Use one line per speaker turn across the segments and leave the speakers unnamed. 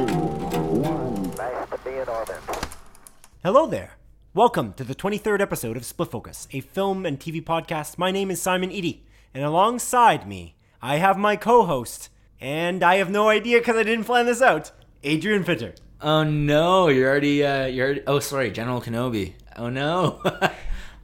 Back to be in orbit.
Hello there. Welcome to the 23rd episode of Split Focus, a film and TV podcast. My name is Simon Eady, and alongside me, I have my co host, and I have no idea because I didn't plan this out, Adrian Fitter.
Oh no, you're already uh you're already, oh sorry, General Kenobi. Oh no.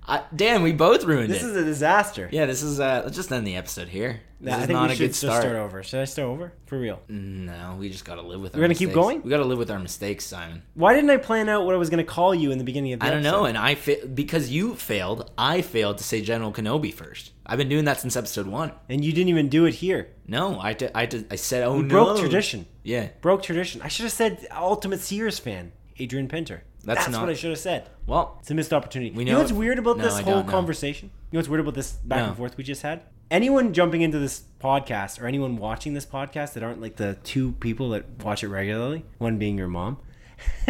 I, damn, we both ruined
This
it.
is a disaster.
yeah, this is uh let's just end the episode here. This
Nah, I
is
think we
not a
should
good
just
start. Mm.
start over. Should I start over? For real.
No, we just gotta live with
We're
our
gonna keep
mistakes.
going?
We gotta live with our mistakes, Simon.
Why didn't I plan out what I was going to call you in the beginning of the
I don't
episode?
know, and I fa- because you failed, I failed to say General Kenobi first. I've been doing that since episode one.
And you didn't even do it here.
No, I did, I did, I said oh
We
no.
broke tradition.
Yeah.
Broke tradition. I should have said Ultimate Sears fan, Adrian Pinter.
That's not-
what I should have said.
Well,
It's a missed opportunity.
We
you know
know-
what's weird about
No,
this
I
whole
don't know.
conversation? You know what's weird about this back
No.
and forth we just had? Anyone jumping into this podcast or anyone watching this podcast that aren't like the two people that watch it regularly, one being your mom,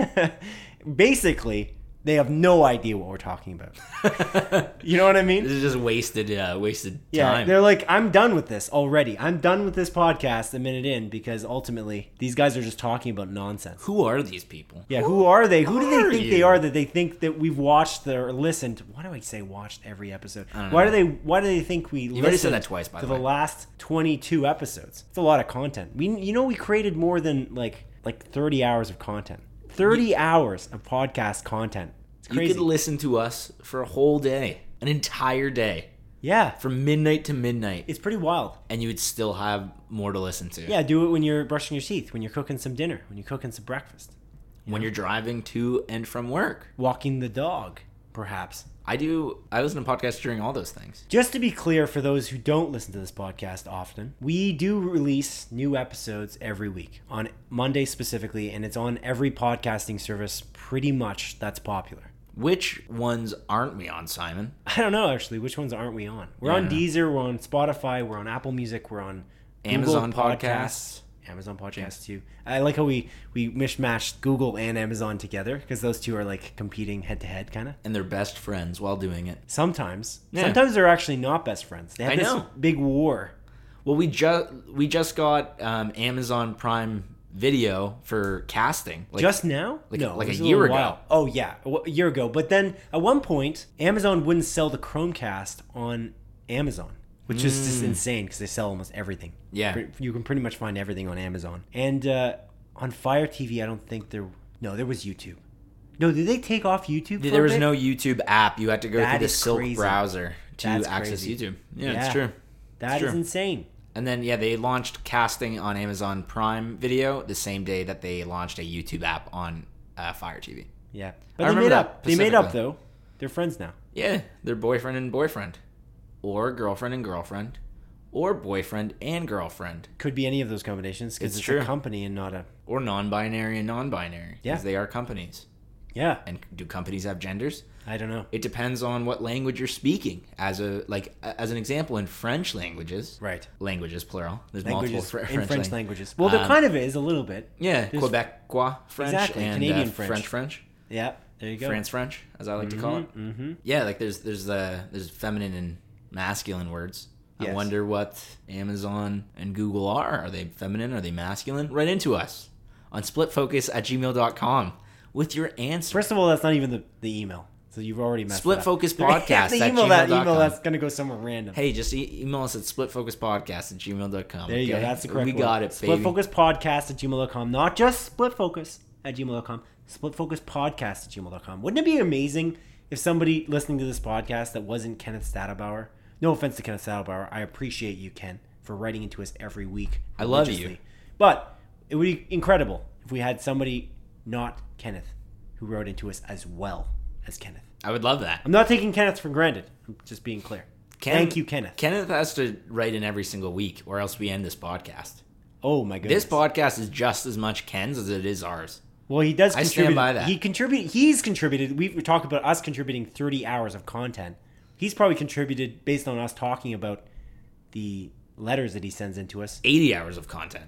basically, they have no idea what we're talking about. you know what I mean?
this is just wasted uh wasted
Yeah,
time.
they're like, I'm done with this already. I'm done with this podcast a minute in because ultimately these guys are just talking about nonsense.
Who are these people?
Yeah, who are they? Who do
are
they think they
you?
are that they think that we've watched or listened? Why do I say watched every episode? Why do they? Why do they think we?
You've already said
listened
that twice, by
to
the way.
the last 22 episodes. It's a lot of content. We, you know, we created more than like like 30 hours of content. 30 hours of podcast content. It's
You
crazy.
could listen to us for a whole day, an entire day,
yeah,
from midnight to midnight,
it's pretty wild.
and you would still have more to listen to.
Yeah, do it when you're brushing your teeth, when you're cooking some dinner, when you're cooking some breakfast,
When you're driving to and from work,
walking the dog, perhaps.
I do. I listen to podcasts during all those things.
Just to be clear for those who don't listen to this podcast often, we do release new episodes every week on Monday specifically, and it's on every podcasting service pretty much that's popular.
Which ones aren't we on, Simon?
I don't know actually which ones aren't we on. We're on Deezer, we're on Spotify, we're on Apple Music, we're on Google
Amazon
Podcasts, Amazon Podcasts too. I like how we we mishmashed Google and Amazon together because those two are like competing head to head kind of.
And they're best friends while doing it.
Sometimes,
Yeah.
sometimes they're actually not best friends. They have
I
this
know.
big war.
Well, we just we just got um, Amazon Prime Video for casting. Like,
Just now?
like-
no,
like
it was
a
little
year ago.
while. Oh yeah, a wh- a year ago. But then at one point, Amazon wouldn't sell the Chromecast on Amazon, which is just insane because they sell almost everything.
Hmm. Yeah.
Pre- you can pretty much find everything on Amazon and uh, on Fire TV. I don't think there. No, there was YouTube. No, did they take off YouTube? for a
there was
bit?
no YouTube app. You had to go
That
through the
is
Silk
crazy.
browser to
That's
access
crazy.
YouTube. Yeah,
Yeah.
it's true.
That
It's
is
true.
insane.
And then yeah, they launched casting on Amazon Prime Video the same day that they launched a YouTube app on uh, Fire TV.
Yeah, but
I
they
remember
made
that
up. They made up
specifically.
though. They're friends now.
Yeah, they're boyfriend and boyfriend, or girlfriend and girlfriend, or boyfriend and girlfriend,
Could be any of those combinations because
It's
it's, a
true.
company and not a.
or non-binary and non-binary.
Yeah.
because they are companies.
Yeah,
And do companies have genders?
I don't know.
It depends on what language you're speaking. As a like a- as an example, in French languages,
Right.
languages plural. There's
Languages
multiple fr-
in French
lang-
languages. Well, there
Um,
kind of is a little bit.
Yeah,
There's-
Quebecois French
Exactly,
and
Canadian
uh,
French.
French French.
Yeah, there you go.
France French, as I like to call it. Mm-hmm. Yeah, like there's there's the there's feminine and masculine words.
Yes.
I wonder what Amazon and Google are. Are they feminine? Are they masculine? Write into us on splitfocus at gmail.com with your answer.
First of all, that's not even the, the email. So you've already messed
Split
it up.
Focus
You have
Podcast
to
at
email that
gmail.com.
email. That's going to go somewhere random.
Hey, just e- email us at splitfocuspodcast at gmail.com.
there you go.
okay?
That's the correct
We
one.
got it, baby.
Split Focus Podcast at gmail.com. Not just Split Focus at gmail.com. Split Focus Podcast at gmail.com. Wouldn't it be amazing if somebody listening to this podcast that wasn't Kenneth Stadabauer? No offense to Kenneth Stadabauer. I appreciate you, Ken, for writing into us every week.
I love you.
religiously. But it would be incredible if we had somebody not Kenneth who wrote into us as well as Kenneth.
I would love that.
I'm not taking Kenneth for granted. I'm just being clear.
Ken-
Thank you, Kenneth.
Kenneth has to write in every single week, or else we end this podcast.
oh my goodness.
This podcast is just as much Ken's as it is ours.
well, he does.
I stand
contribute-
by that.
He contribute. He's contributed. We've talked about us contributing 30 hours of content. He's probably contributed based on us talking about the letters that he sends into us.
80 hours of content.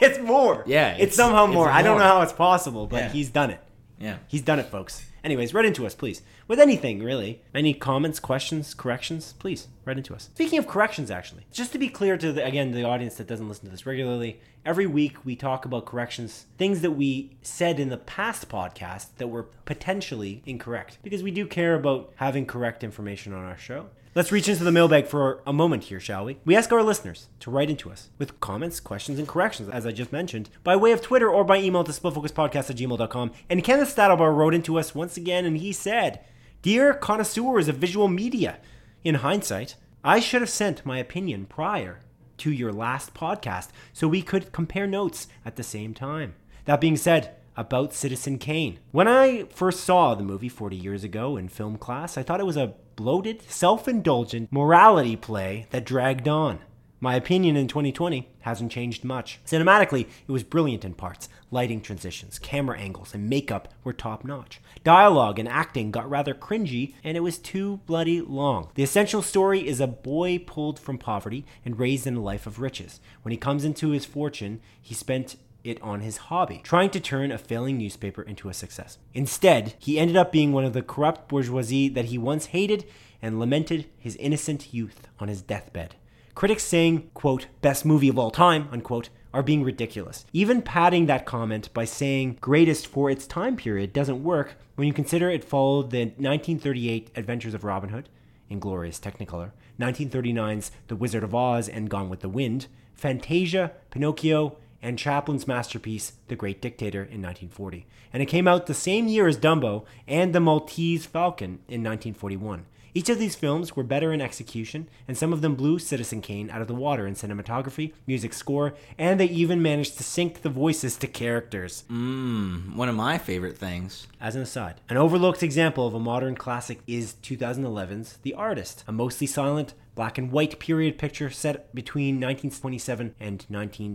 It's more.
Yeah,
It's,
it's-
somehow
it's
more. I don't
more.
know how it's possible, but
Yeah.
he's done it.
Yeah.
He's done it, folks. Anyways, right into us, please. With anything, really. Any comments, questions, corrections, please, right into us. Speaking of corrections, actually, just to be clear to, the, again, the audience that doesn't listen to this regularly, every week we talk about corrections, things that we said in the past podcast that were potentially incorrect, because we do care about having correct information on our show. Let's reach into the mailbag for a moment here, shall we? We ask our listeners to write into us with comments, questions, and corrections, as I just mentioned, by way of Twitter or by email to splitfocuspodcast at gmail.com. And Kenneth Stadelbar wrote into us once again, and he said, Dear connoisseurs of visual media, in hindsight, I should have sent my opinion prior to your last podcast so we could compare notes at the same time. That being said, about Citizen Kane. When I first saw the movie 40 years ago in film class, I thought it was a bloated, self indulgent morality play that dragged on. My opinion in 2020 hasn't changed much. Cinematically, it was brilliant in parts. Lighting transitions, camera angles, and makeup were top notch. Dialogue and acting got rather cringy, and it was too bloody long. The essential story is a boy pulled from poverty and raised in a life of riches. When he comes into his fortune, he spent it on his hobby, trying to turn a failing newspaper into a success. Instead, he ended up being one of the corrupt bourgeoisie that he once hated and lamented his innocent youth on his deathbed. Critics saying, quote, best movie of all time, unquote, are being ridiculous. Even padding that comment by saying greatest for its time period doesn't work when you consider it followed the 1938 Adventures of Robin Hood, Inglorious Technicolor, 1939's The Wizard of Oz and Gone with the Wind, Fantasia, Pinocchio, and Chaplin's masterpiece, The Great Dictator, in 1940. And it came out the same year as Dumbo and The Maltese Falcon in 1941. Each of these films were better in execution, and some of them blew Citizen Kane out of the water in cinematography, music score, and they even managed to sync the voices to characters.
One of my favorite things.
As an aside, an overlooked example of a modern classic is 2011's The Artist, a mostly silent black and white period picture set between 1927 and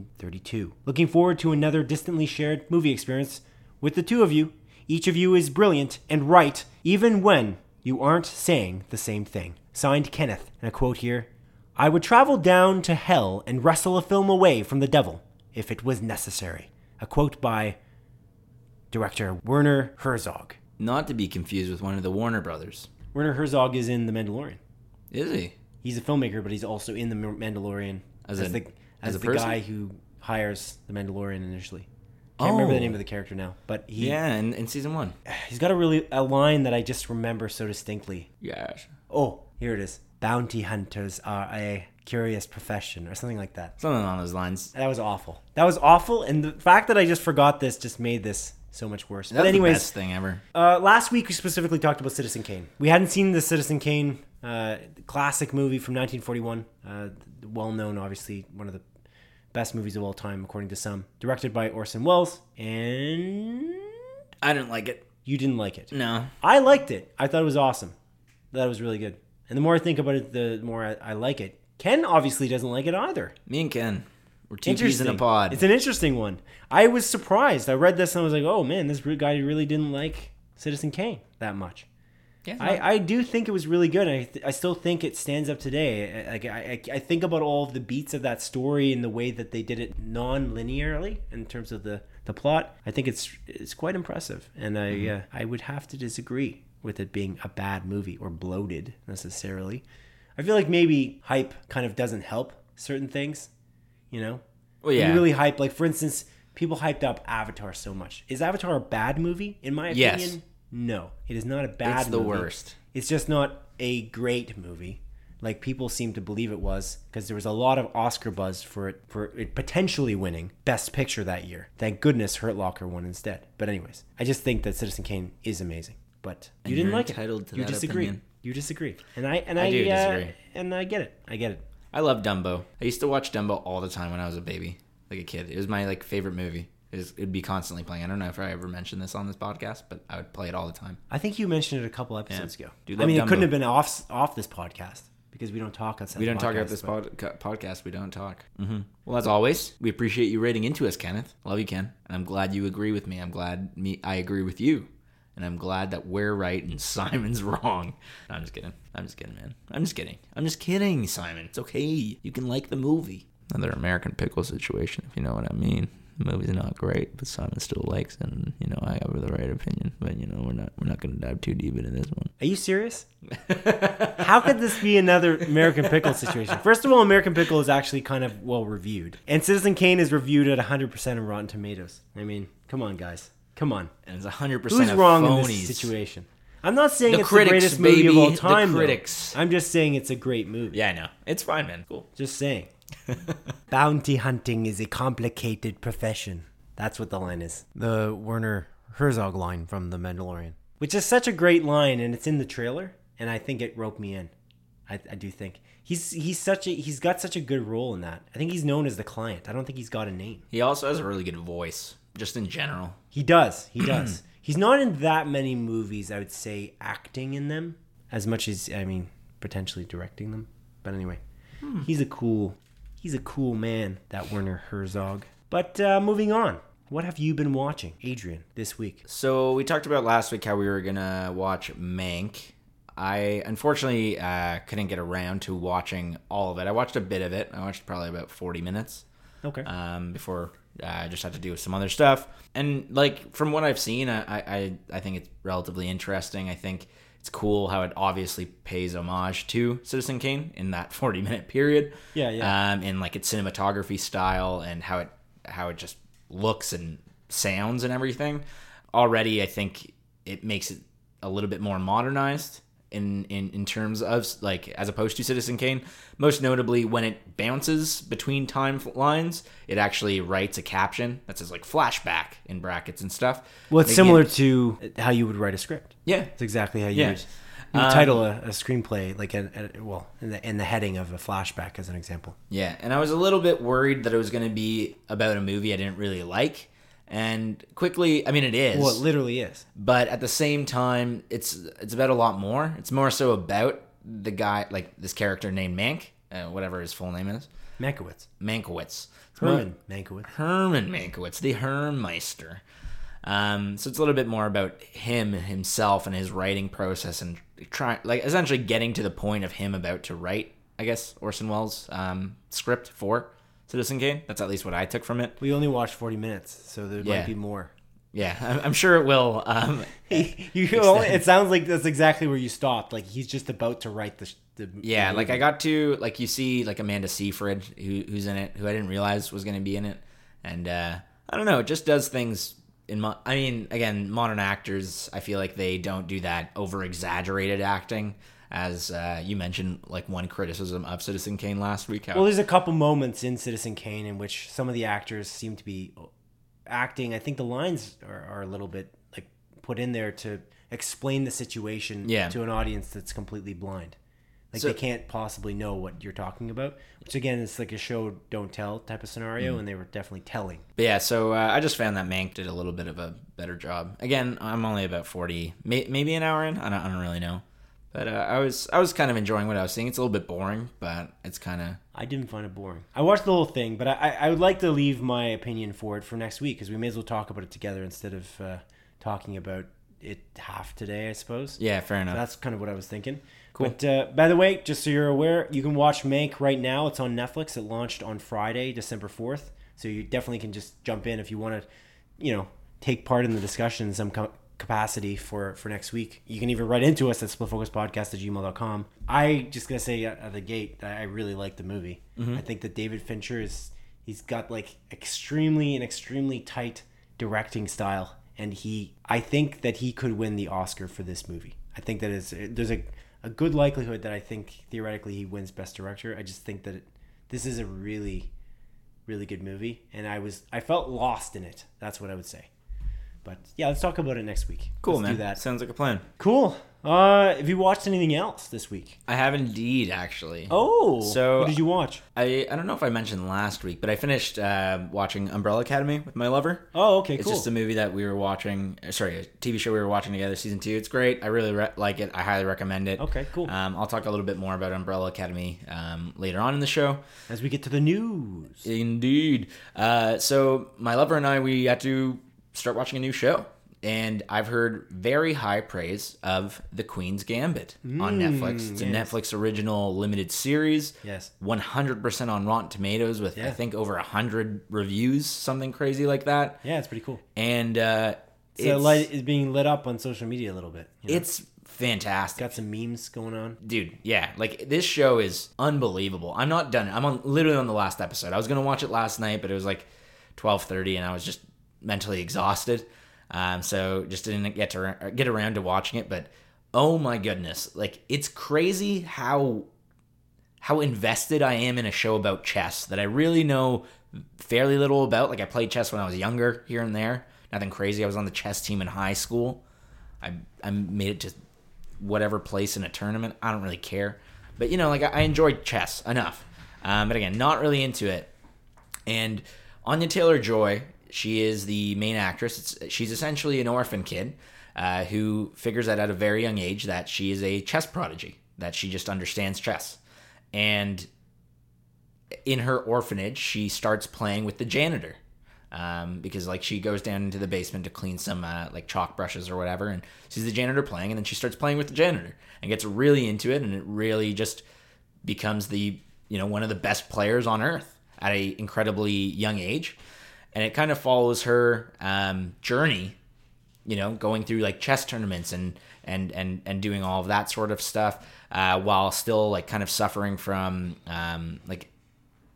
1932. Looking forward to another distantly shared movie experience with the two of you. Each of you is brilliant and right, even when you aren't saying the same thing. Signed Kenneth, and a quote here I would travel down to hell and wrestle a film away from the devil if it was necessary. A quote by director Werner Herzog.
Not to be confused with one of the Warner Brothers.
Werner Herzog is in The Mandalorian.
Is he?
He's a filmmaker, but he's also in The Mandalorian
As a-
the as,
as a
the
person?
guy who hires the Mandalorian initially. Can't remember the
Oh.
name of the character now, but he
Yeah, in, in season one.
he's got a really a line that I just remember so distinctly.
Yes.
Oh, here it is. Bounty hunters are a curious profession, or something like that.
Something along those lines.
That was awful. That was awful, and the fact that I just forgot this just made this so much worse.
That's
but anyways,
the best thing ever.
Uh, last week we specifically talked about Citizen Kane. We hadn't seen the Citizen Kane uh, classic movie from 1941, uh, well known, obviously one of the best movies of all time, according to some. Directed by Orson Welles, and
I didn't like it.
you didn't like it.
No.
I liked it. I thought it was awesome. That was really good. And the more I think about it, the more I, I like it. Ken obviously doesn't like it either.
Me and Ken. We're two peas in a pod.
It's an interesting one. I was surprised. I read this and I was like, oh man, this guy really didn't like Citizen Kane that much.
Yeah, it's not-
I, I do think it was really good. and I, th- I still think it stands up today. I- Like I, I I think about all of the beats of that story and the way that they did it non-linearly in terms of the, the plot. I think it's it's quite impressive, and I
Mm-hmm.
uh, I would have to disagree with it being a bad movie or bloated necessarily. I feel like maybe hype kind of doesn't help certain things, you know.
well,
You
yeah.
really hype like for instance, people hyped up Avatar so much. Is Avatar a bad movie in my opinion?
Yes.
No, it is not a bad.
it's the
movie.
worst.
It's just not a great movie, like people seem to believe it was, because there was a lot of Oscar buzz for it for it potentially winning Best Picture that year. Thank goodness Hurt Locker won instead. But anyways, I just think that Citizen Kane is amazing, but you
And
didn't
you're
like it.
entitled to
you
that
disagree.
opinion.
You disagree, and I and I,
do
uh,
disagree.
and I get it. I get it.
I love Dumbo. I used to watch Dumbo all the time when I was a baby, like a kid. It was my like favorite movie. It was, it'd be constantly playing. I don't know if I ever mentioned this on this podcast, but I would play it all the time.
I think you mentioned it a couple episodes
Yeah.
ago.
Do you
I
love
mean, it couldn't
Dumbo?
have been off off this podcast because we don't talk on.
We don't talk about
podcasts,
this
but-
pod- co- podcast. We don't talk. hmm Well, as always, we appreciate you rating into us, Kenneth. Love you, Ken. And I'm glad you agree with me. I'm glad me I agree with you. and I'm glad that we're right and Simon's wrong. No, I'm just kidding. I'm just kidding, man. I'm just kidding. I'm just kidding, Simon. It's okay. You can like the movie. Another American Pickle situation, if you know what I mean. The movie's not great, but Simon still likes, it, and you know I have the right opinion. But you know we're not we're not gonna dive too deep into this one.
Are you serious? How could this be another American Pickle situation? First of all, American Pickle is actually kind of well reviewed, and Citizen Kane is reviewed at 100% on Rotten Tomatoes. I mean, come on, guys, come on.
And it's hundred percent
Who's wrong in this situation? I'm not saying
The
it's
critics,
the greatest
baby,
movie of all
the
time. though.
critics.
I'm just saying it's a great movie.
Yeah, I know. It's fine, man. Cool.
Just saying. Bounty hunting is a complicated profession. That's what the line is. The Werner Herzog line from The Mandalorian, which is such a great line, and it's in the trailer, and I think it roped me in. I, I do think he's he's such a he's got such a good role in that. I think he's known as the client. I don't think he's got a name.
He also has a really good voice, just in general.
He does. He does. he's not in that many movies. I would say acting in them as much as I mean potentially directing them. But anyway, he's a cool. He's a cool man. That Werner Herzog. But uh, moving on. What have you been watching, Adrian, this week?
So we talked about last week how we were gonna watch Mank. I unfortunately uh, couldn't get around to watching all of it. I watched a bit of it. I watched probably about forty minutes.
Okay.
um, before uh, I just had to do some other stuff. And like from what I've seen, I, I I think it's relatively interesting. I think it's cool how it obviously pays homage to Citizen Kane in that forty minute period.
Yeah, yeah.
Um, and like its cinematography style and how it how it just looks and sounds and everything. Already, I think it makes it a little bit more modernized in in in terms of like as opposed to Citizen Kane. Most notably, when it bounces between timelines, it actually writes a caption that says like flashback in brackets and stuff.
well, it's
Making
similar
it-
to how you would write a script.
yeah,
It's exactly how you
Yeah. Um,
would you would title a, a screenplay, like a, a well, in the, in the heading of a flashback, as an example.
Yeah, and I was a little bit worried that it was going to be about a movie I didn't really like. And quickly, I mean, it is.
Well, it literally is.
but at the same time it's it's about a lot more it's more so about the guy like this character named mank uh, whatever his full name is
Mankiewicz,
mankowitz It's more-
Herman Mankiewicz.
herman mankowitz the hermmeister um, so it's a little bit more about him himself and his writing process and try like essentially getting to the point of him about to write i guess orson welles um, script for citizen kane that's at least what i took from it
We only watched 40 minutes, so there
Yeah.
might be more.
yeah i'm, I'm sure it will um,
you only, it sounds like that's exactly where you stopped. Like he's just about to write the. sh- the
Yeah,
the
like I
movie.
got to like you see like Amanda Seyfried who who's in it, who I didn't realize was going to be in it, and uh, I don't know, it just does things in. Mo- I mean, again, modern actors, I feel like they don't do that over exaggerated acting, as uh, you mentioned, like one criticism of Citizen Kane last week. How,
Well, there's a couple moments in Citizen Kane in which some of the actors seem to be acting. I think the lines are, are a little bit like put in there to explain the situation
Yeah.
to an audience that's completely blind. Like
So-
they can't possibly know what you're talking about, which again is like a show don't tell type of scenario,
Mm-hmm.
and they were definitely telling.
But yeah, so uh, I just found that Mank did a little bit of a better job. Again, I'm only about forty, may- maybe an hour in. I don't, I don't really know, but uh, I was I was kind of enjoying what I was seeing. It's a little bit boring, but it's kind of
I didn't find it boring. I watched the whole thing, but I, I, I would like to leave my opinion for it for next week because we may as well talk about it together instead of uh, talking about it half today, I suppose.
yeah, fair enough.
That's kind of what I was thinking. But uh, by the way, just so you're aware, you can watch Mank right now. It's on Netflix. It launched on Friday, December 4th. So you definitely can just jump in if you want to, you know, take part in the discussion in some co- capacity for, for next week. You can even write into us at splitfocuspodcast at gmail.com. I just going to say out of the gate, I I really like the movie. I think that David Fincher is, he's got like extremely and extremely tight directing style and he i think that he could win the oscar for this movie i think that is there's a, a good likelihood that i think theoretically he wins best director i just think that it, this is a really really good movie and i was i felt lost in it that's what i would say but yeah let's talk about it next week
Cool,
Let's
man.
do that
Sounds like a plan.
cool uh have you watched anything else this week
I have indeed, actually.
oh
So-
what did you watch
I, I don't know if I mentioned last week, but I finished uh, watching Umbrella Academy with my lover.
oh okay
It's
cool
just a movie that we were watching. uh, Sorry, a TV show we were watching together, season two. It's great. I really re- like it. I highly recommend it.
Okay, cool.
Um, I'll talk a little bit more about Umbrella Academy um, later on in the show.
as we get to the news
Indeed. Uh, so my lover and I, we had to start watching a new show, and I've heard very high praise of The Queen's Gambit on Netflix. It's a Netflix original limited series.
Mm, Yes.
100% on Rotten Tomatoes with I
Yeah.
think over 100 reviews, something crazy like that.
Yeah, it's pretty cool.
And uh
So it's, light is being lit up on social media a little bit. you know?
it's fantastic.
got some memes going on.
Dude, yeah, like this show is unbelievable. I'm not done. I'm on literally on the last episode. I was gonna watch it last night, but it was like 12:30, and I was just mentally exhausted, um, so just didn't get to get around to watching it. But oh my goodness, like it's crazy how how invested I am in a show about chess that I really know fairly little about. Like I played chess when I was younger, here and there. Nothing crazy. I was on the chess team in high school. I I made it to whatever place in a tournament. I don't really care. But you know, like I, I enjoy chess enough. Um, but again, not really into it. And Anya Taylor Joy, she is the main actress. It's, she's essentially an orphan kid uh, who figures out at a very young age that she is a chess prodigy, that she just understands chess. And in her orphanage, she starts playing with the janitor. Um, because like she goes down into the basement to clean some uh, like chalk brushes or whatever, and sees the janitor playing, and then she starts playing with the janitor and gets really into it, and it really just becomes the you know one of the best players on earth at a incredibly young age, and it kind of follows her um, journey you know, going through like chess tournaments and and and and doing all of that sort of stuff, uh, while still like kind of suffering from um, like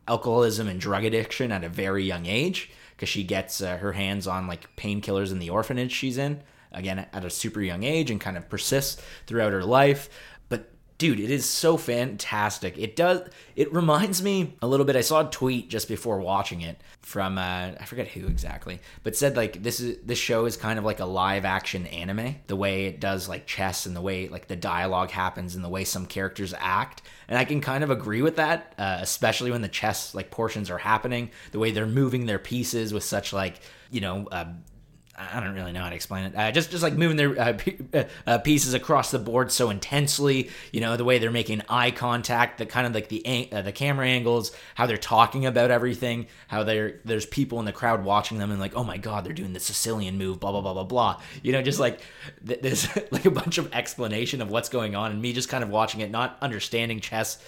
alcoholism and drug addiction at a very young age, because she gets uh, her hands on like painkillers in the orphanage she's in again at a super young age and kind of persists throughout her life. But dude, it is so fantastic. It does. It reminds me a little bit. I saw a tweet just before watching it from uh, I forget who exactly, but said like this is this show is kind of like a live action anime. The way it does like chess and the way like the dialogue happens and the way some characters act, and I can kind of agree with that, uh, especially when the chess like portions are happening, the way they're moving their pieces with such like you know. Uh, I don't really know how to explain it. Uh, just just like moving their uh, p- uh, uh, pieces across the board so intensely, you know, the way they're making eye contact, the kind of like the an- uh, the camera angles, how they're talking about everything, how they're there's people in the crowd watching them and like, oh my god, they're doing the Sicilian move, blah blah blah blah blah. You know, just like th- there's like a bunch of explanation of what's going on, and me just kind of watching it, not understanding chess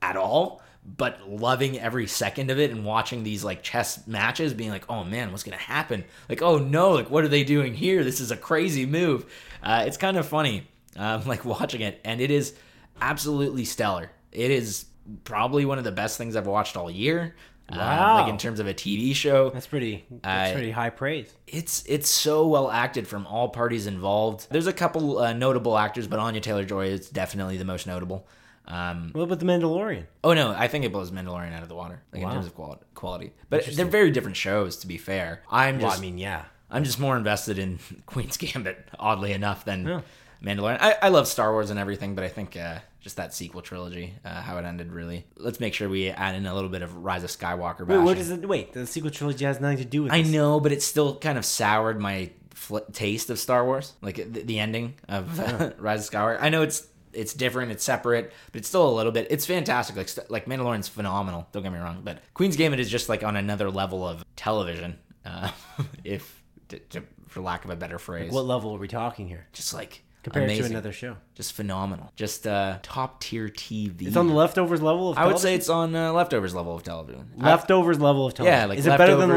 at all but loving every second of it and watching these like chess matches being like oh man what's gonna happen like oh no like what are they doing here this is a crazy move uh, it's kind of funny um, like watching it and it is absolutely stellar it is probably one of the best things i've watched all year um,
Wow.
like in terms of a tv show
That's pretty. That's
Uh,
pretty high praise.
it's it's so well acted from all parties involved there's a couple uh, notable actors but anya taylor joy is definitely the most notable um,
What about the Mandalorian?
Oh no, I think it blows Mandalorian out of the water, like in
Wow.
terms of quali- quality. But they're very different shows, to be fair. I'm
Well,
just,
I mean, yeah.
I'm just more invested in Queen's Gambit, oddly enough, than
Yeah.
Mandalorian. I, I love Star Wars and everything, but I think uh, just that sequel trilogy, uh, how it ended, really. Let's make sure we add in a little bit of Rise of Skywalker.
Wait, what
bashing.
does it? Wait, the sequel trilogy has nothing to do with.
I
this.
know, but it still kind of soured my fl- taste of Star Wars, like the, the ending of Rise of Skywalker. I know it's it's different, it's separate, but it's still a little bit. It's fantastic. Like st- like Mandalorian's phenomenal. Don't get me wrong, but Queen's Gambit is just like on another level of television, uh, if to, to, for lack of a better phrase,
What level are we talking here?
just like
Compared
amazing,
to another show,
just phenomenal, just uh, top tier TV.
it's on the leftovers level of.
I would say
television?
it's on uh, leftovers level of television. I-
leftovers level of television.
yeah, like
is it better than the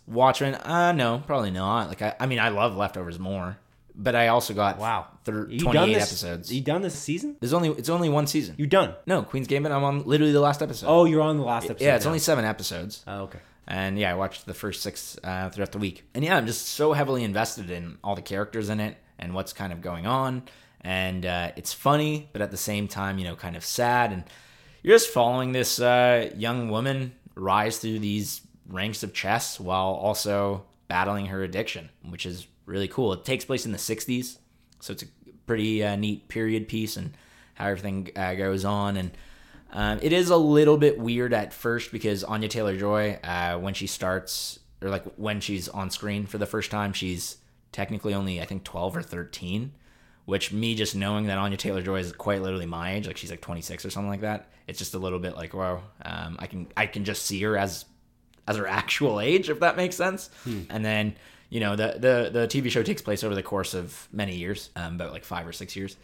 leftovers?
Watchmen? Uh no, probably not. Like I, I mean, I love leftovers more, but I also got
Wow,
thir-
You
twenty eight
this-
episodes.
You done this season?
There's only it's only one season.
You done?
no, Queen's Gambit. I'm on literally the last episode.
Oh, you're on the last episode.
yeah, it's
now.
only seven episodes,
Oh, okay.
and yeah, I watched the first six uh, throughout the week, and yeah, I'm just so heavily invested in all the characters in it and what's kind of going on, and uh, it's funny, but at the same time, you know, kind of sad, and you're just following this uh, young woman rise through these ranks of chess while also battling her addiction, which is really cool. It takes place in the 60s, so it's a pretty uh, neat period piece and how everything uh, goes on. And um, it is a little bit weird at first because Anya Taylor Joy, uh, when she starts, or like when she's on screen for the first time, she's technically only, I think, 12 or 13 which me just knowing that Anya Taylor Joy is quite literally my age, like she's like 26 or something like that, it's just a little bit like wow. Um, I can I can just see her as as her actual age, if that makes sense. And then you know the, the the TV show takes place over the course of many years, um, about like five or six years.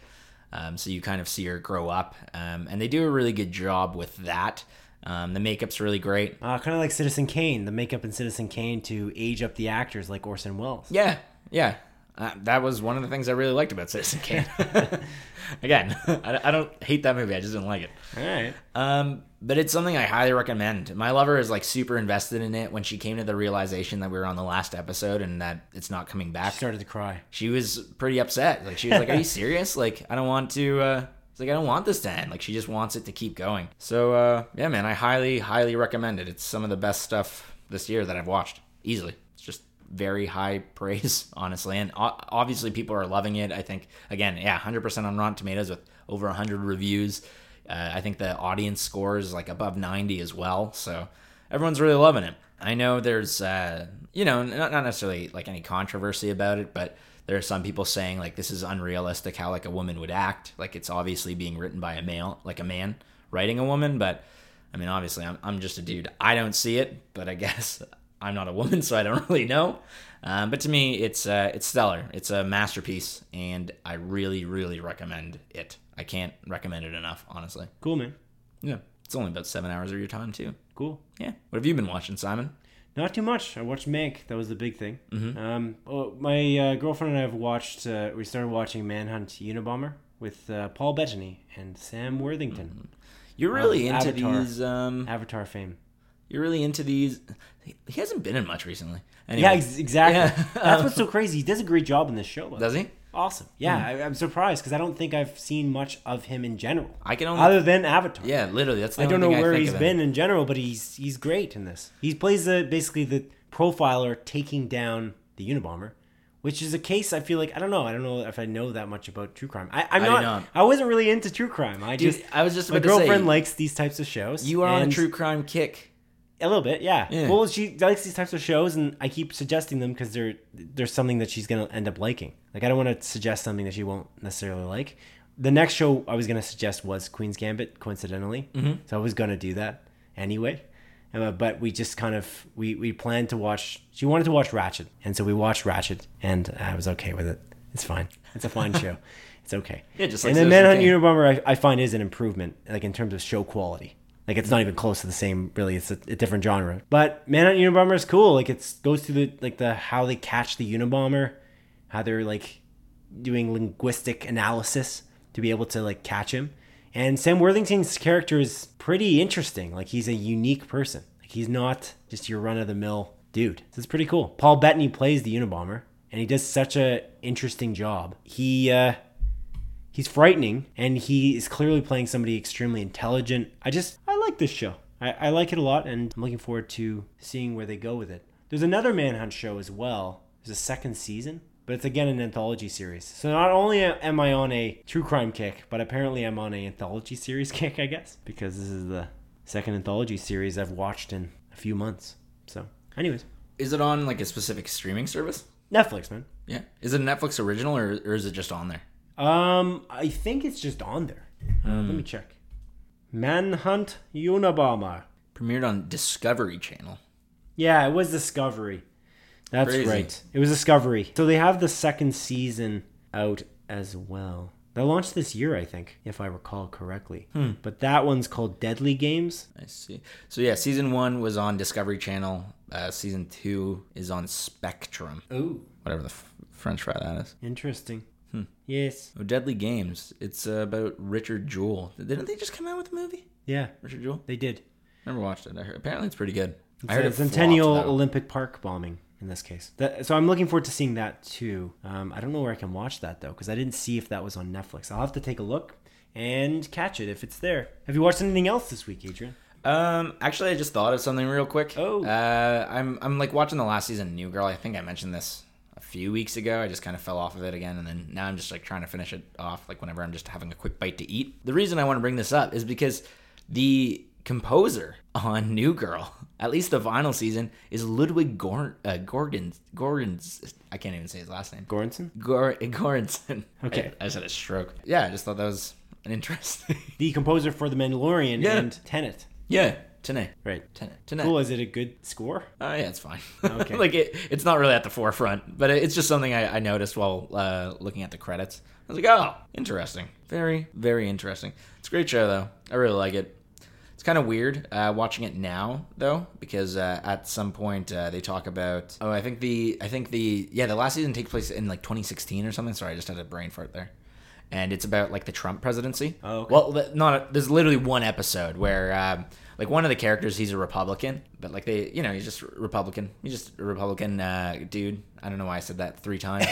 Um, so you kind of see her grow up, um, and they do a really good job with that. Um, the makeup's really great.
Uh, kind of like Citizen Kane, the makeup in Citizen Kane to age up the actors like Orson Welles.
Yeah, yeah. Uh, that was one of the things I really liked about Citizen Kane. Again, I, I don't hate that movie. I just didn't like it.
All right.
Um, but it's something I highly recommend. My lover is like super invested in it. When she came to the realization that we were on the last episode and that it's not coming back,
Started to cry.
she was pretty upset. Like she was like, "Are you serious? Like I don't want to." uh it's like I don't want this to end. Like she just wants it to keep going. So uh, yeah, man, I highly, highly recommend it. It's some of the best stuff this year that I've watched easily. It's just very high praise, honestly, and o- obviously people are loving it. I think again, yeah, hundred percent on Rotten Tomatoes with over hundred reviews. Uh, I think the audience score is like above ninety as well. So everyone's really loving it. I know there's, uh, you know, not, not necessarily like any controversy about it, but there are some people saying like this is unrealistic how like a woman would act. Like it's obviously being written by a male, like a man writing a woman. But I mean, obviously, I'm, I'm just a dude. I don't see it, but I guess I'm not a woman, so I don't really know. Um, but to me, it's uh, it's stellar. It's a masterpiece, and I really, really recommend it. I can't recommend it enough, honestly.
Cool, man.
Yeah, it's only about seven hours of your time too.
Cool.
Yeah. What have you been watching, Simon?
Not too much. I watched Mank. That was the big thing.
Mm-hmm.
Um, oh, my uh, girlfriend and I have watched. Uh, we started watching Manhunt Unabomber with uh, Paul Bettany and Sam
Mm-hmm.
Worthington.
You're really
Um,
into
Avatar.
these. Um,
Avatar fame.
you're really into these. He he hasn't been in much recently.
Yeah,
Anyway,
ex- exactly.
Yeah.
That's what's so crazy. He does a great job in this show. though.
does he? Mm-hmm.
Awesome. Yeah, I, I'm surprised because I don't think I've seen much of him in general,
I can only.
other than Avatar.
yeah, literally. That's. The
I don't know
only thing
where
think
he's
of him.
been in general, but he's he's great in this. He plays the basically the profiler taking down the Unabomber, which is a case I feel like I don't know. I don't know if I know that much about true crime. I, I'm
I do
not,
not.
I wasn't really into true crime. I
Dude,
just
I was just
my
about to say,
girlfriend likes these types of shows.
You are on a
and-
true crime kick.
a little bit, yeah.
Yeah.
Well, she likes these types of shows, and I keep suggesting them because they're there's something that she's gonna end up liking. Like I don't want to suggest something that she won't necessarily like. The next show I was gonna suggest was Queen's Gambit, coincidentally. So I was gonna do that anyway, uh, but we just kind of we we planned to watch. She wanted to watch Ratchet, and so we watched Ratchet, and I was okay with it. It's fine. It's a fine show. It's okay.
Yeah, just
and
like
then
Citizen
Manhunt
Kane.
Unabomber, I, I find is an improvement, like in terms of show quality. Like it's not even close to the same. Really, it's a, a different genre. But Manhunt Unabomber is cool. Like it's goes through the like the how they catch the Unabomber, how they're like doing linguistic analysis to be able to like catch him. And Sam Worthington's character is pretty interesting. Like he's a unique person. Like he's not just your run of the mill dude. So it's pretty cool. Paul Bettany plays the Unabomber, and he does such a interesting job. He uh, he's frightening and he is clearly playing somebody extremely intelligent i just i like this show I, I like it a lot and i'm looking forward to seeing where they go with it there's another manhunt show as well there's a second season but it's again an anthology series so not only am i on a true crime kick but apparently i'm on a anthology series kick i guess because this is the second anthology series i've watched in a few months so anyways
Is it on like a specific streaming service?
netflix man
Yeah. Is it a Netflix original or, or is it just on there?
Um, I think it's just on there. Uh, let me check. Manhunt Unabomber.
Premiered on Discovery Channel.
Yeah, it was Discovery. That's
Crazy.
right. It was Discovery. So they have the second season out as well. They launched this year, I think, if I recall correctly. But that one's called Deadly Games.
I see. So yeah, season one was on Discovery Channel. Uh, season two is on Spectrum.
Oh,
Whatever the f- French fry that is.
interesting. Yes.
Oh, Deadly Games. It's uh, about Richard Jewell. Didn't they just come out with a movie?
Yeah,
Richard Jewell.
they did.
Never watched it. I heard. Apparently, it's pretty good. I
I
heard it flopped,
Centennial
though.
Olympic Park bombing in this case. That, so I'm looking forward to seeing that too. Um, I don't know where I can watch that though because I didn't see if that was on Netflix. I'll have to take a look and catch it if it's there. Have you watched anything else this week, Adrian?
Um, actually, I just thought of something real quick.
Oh.
uh, I'm I'm like watching the last season of New Girl. I think I mentioned this a few weeks ago. I just kind of fell off of it again, and then now I'm just like trying to finish it off. Like whenever I'm just having a quick bite to eat. The reason I want to bring this up is because the composer on New Girl, at least the final season, is Ludwig Gor- uh, Gorgons. Gorgons. I can't even say his last name.
Goranson?
Gor- Goranson.
Okay.
I, I just had a stroke. Yeah, I just thought that was an interesting.
The composer for The Mandalorian
Yeah.
and Tenet.
Yeah. Tene.
Right.
Tene. Tene.
Cool. Is it a good score?
Oh yeah, it's fine.
Okay.
like it, it's not really at the forefront, but it- it's just something I, I noticed while uh, looking at the credits. I was like, oh, interesting. Very, very interesting. It's a great show though. I really like it. It's kind of weird uh, watching it now though, because uh, at some point uh, they talk about. Oh, I think the I think the yeah the last season takes place in like 2016 or something. Sorry, I just had a brain fart there. And it's about like the Trump presidency.
Oh, okay.
Well, well, th- not there's literally one episode where um, like one of the characters he's a Republican, but like they, you know, he's just Republican. He's just a Republican uh, dude. I don't know why I said that three times.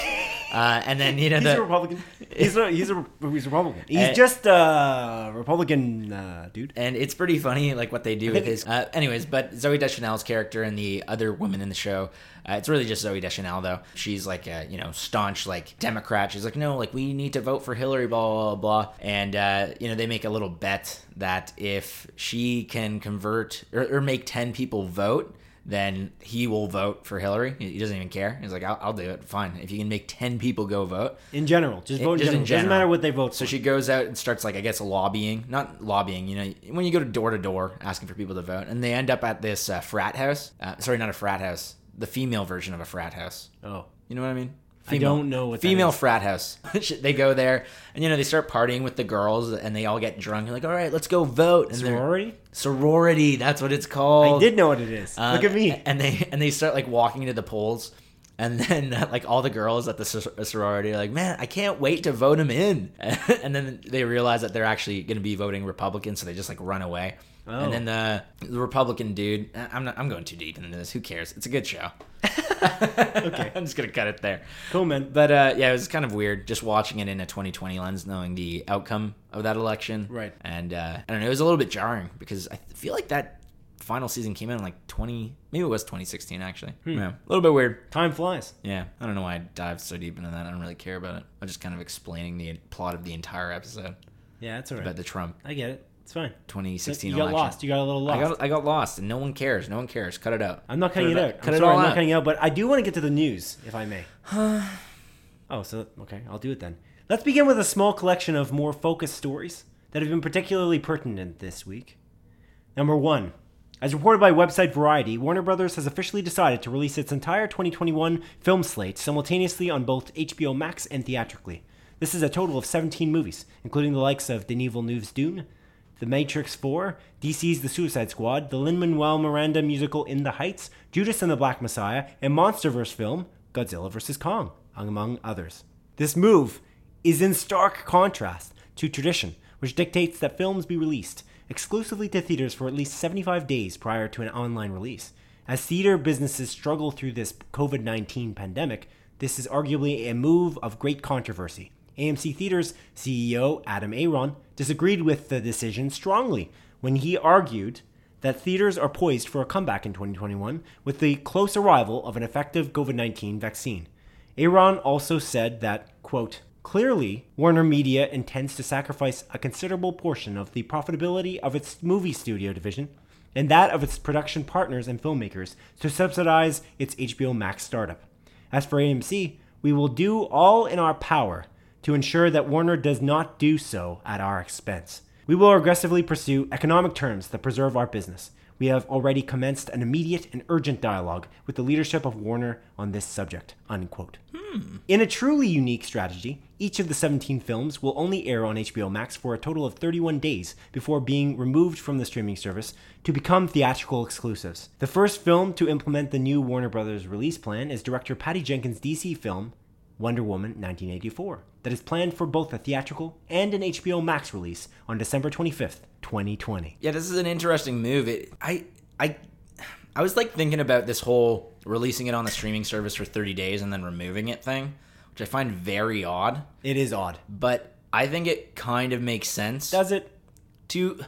uh, and then you know
He's
the
a Republican. He's a he's a he's a Republican. He's
Eh.
just a Republican uh, dude.
and it's pretty funny like what they do with his uh, anyways but zoe deschanel's character and the other woman in the show uh, it's really just zoe deschanel though she's like a you know staunch like democrat she's like no like we need to vote for hillary blah blah blah and uh, you know they make a little bet that if she can convert or, or make 10 people vote then he will vote for hillary he he doesn't even care he's like i'll, I'll do it fine if you can make 10 people go vote
In general, just vote in
just
general.
in
Doesn't
general.
matter what they vote.
so she goes out and starts like I guess lobbying, not lobbying. You know, when you go to door to door asking for people to vote, and they end up at this uh, frat house. Uh, sorry, not a frat house. The female version of a frat house.
oh,
You know what I mean?
I don't know what that
female
is.
frat house. Shit, they go there, and you know they start partying with the girls, and they all get drunk. You're like, all right, let's go vote. And they're-
sorority.
Sorority. That's what it's
I
called.
did know what it is.
Um,
Look at me.
And they and they start like walking to the polls, and then uh, like all the girls at the sor- sorority are like, "Man, I can't wait to vote him in." and then they realize that they're actually going to be voting Republican, so they just like run away.
Oh.
And then the, the Republican dude, I- I'm not, I'm going too deep into this. Who cares? It's a good show. okay, I'm just gonna cut it there.
Cool man.
But uh, yeah, it was kind of weird just watching it in a 2020 lens, knowing the outcome of that election.
Right.
And uh, I don't know, it was a little bit jarring because I feel like that final season came out in like 20, maybe it was 2016 actually.
Hmm.
Yeah, a little bit weird.
Time flies.
Yeah, I don't know why I dived so deep into that. I don't really care about it. I'm just kind of explaining the plot of the entire episode
Yeah, that's all
about
right.
the Trump
I get it. It's fine.
2016
You got
election.
lost. You got a little lost.
I got, I got lost, and no one cares. No one cares. Cut it out.
I'm not cutting it
Cut
out.
Cut
I'm
it
sorry,
all
I'm
out.
not cutting it out, but I do want to get to the news, if I may. oh, so okay, I'll do it then. Let's begin with a small collection of more focused stories that have been particularly pertinent this week. Number one. As reported by website Variety, Warner Brothers has officially decided to release its entire 2021 film slate simultaneously on both HBO Max and theatrically. This is a total of 17 movies, including the likes of Denis Villeneuve's Dune, The Matrix 4, DC's The Suicide Squad, the Lin Manuel Miranda musical In the Heights, Judas and the Black Messiah, and MonsterVerse film Godzilla vs. Kong, among others. This move is in stark contrast to tradition, which dictates that films be released exclusively to theaters for at least 75 days prior to an online release. As theater businesses struggle through this COVID 19 pandemic, this is arguably a move of great controversy. AMC Theaters CEO E Adam Aron disagreed with the decision strongly when he argued that theaters are poised for a comeback in 2021 with the close arrival of an effective COVID 19 vaccine. Aaron also said that, quote, Clearly, Warner Media intends to sacrifice a considerable portion of the profitability of its movie studio division and that of its production partners and filmmakers to subsidize its HBO Max startup. As for AMC, we will do all in our power to ensure that Warner does not do so at our expense. We will aggressively pursue economic terms that preserve our business. We have already commenced an immediate and urgent dialogue with the leadership of Warner on this subject. Unquote. In a truly unique strategy, each of the 17 films will only air on HBO Max for a total of 31 days before being removed from the streaming service to become theatrical exclusives. The first film to implement the new Warner Brothers release plan is director Patty Jenkins' DC film, Wonder Woman 1984, that is planned for both a theatrical and an HBO Max release on December 25th, 2020.
Yeah, this is an interesting move. It, I I I was like thinking about this whole releasing it on the streaming service for 30 days and then removing it thing, which I find very odd,
It is odd.
but I think it kind of makes sense
Does it?
to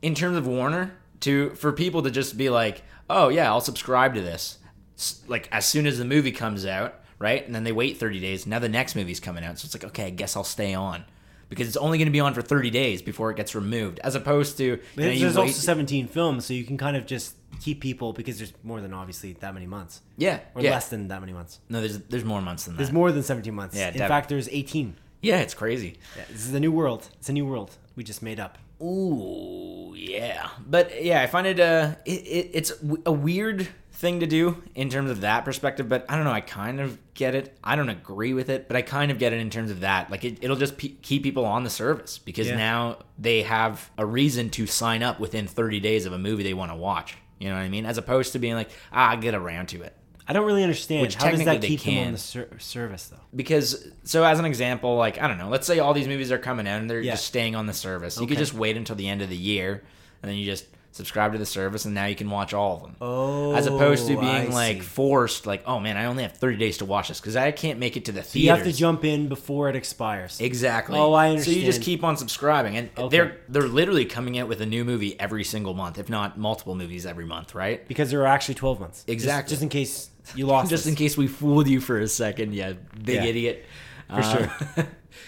in terms of Warner to for people to just be like, "Oh yeah, I'll subscribe to this." S- Like as soon as the movie comes out, right? And then they wait 30 days. Now the next movie's coming out, so it's like, "Okay, I guess I'll stay on." Because it's only going to be on for 30 days before it gets removed, as opposed to you know, you
there's also
wait-
17 films, so you can kind of just keep people because there's more than obviously that many months.
Yeah,
Or
yeah.
less than that many months.
No, there's there's more months than that.
There's more than 17 months.
Yeah,
In
def-
fact, there's 18.
yeah, it's crazy.
Yeah, this is a new world. It's a new world we just made up.
Ooh, Oh yeah, but yeah, I find it uh, it, it, it's w- a weird thing to do in terms of that perspective. But I don't know, I kind of get it. I don't agree with it, but I kind of get it in terms of that. Like it, it'll just pe- keep people on the service because
Yeah.
now they have a reason to sign up within 30 days of a movie they want to watch. You know what I mean? As opposed to being like, ah, I'll get around to it.
I don't really understand.
Which
How does that
technically they
keep them on
can.
the ser- service though?
because so as an example like i don't know let's say all these movies are coming out and they're
Yeah.
just staying on the service you
Okay.
could just wait until the end of the year and then you just subscribe to the service and now you can watch all of them
Oh,
as opposed to being
I
like
see.
forced like oh man i only have 30 days to watch this because i can't make it to the
You
theater
have to jump in before it expires.
exactly
Oh, I
so you
understand.
just keep on subscribing and
Okay.
they're they're literally coming out with a new movie every single month if not multiple movies every month right
because there are actually 12 months. Just-
Exactly.
Just, in case you lost.
just
us.
in case we fooled you for a second yeah big
Yeah.
idiot for
sure.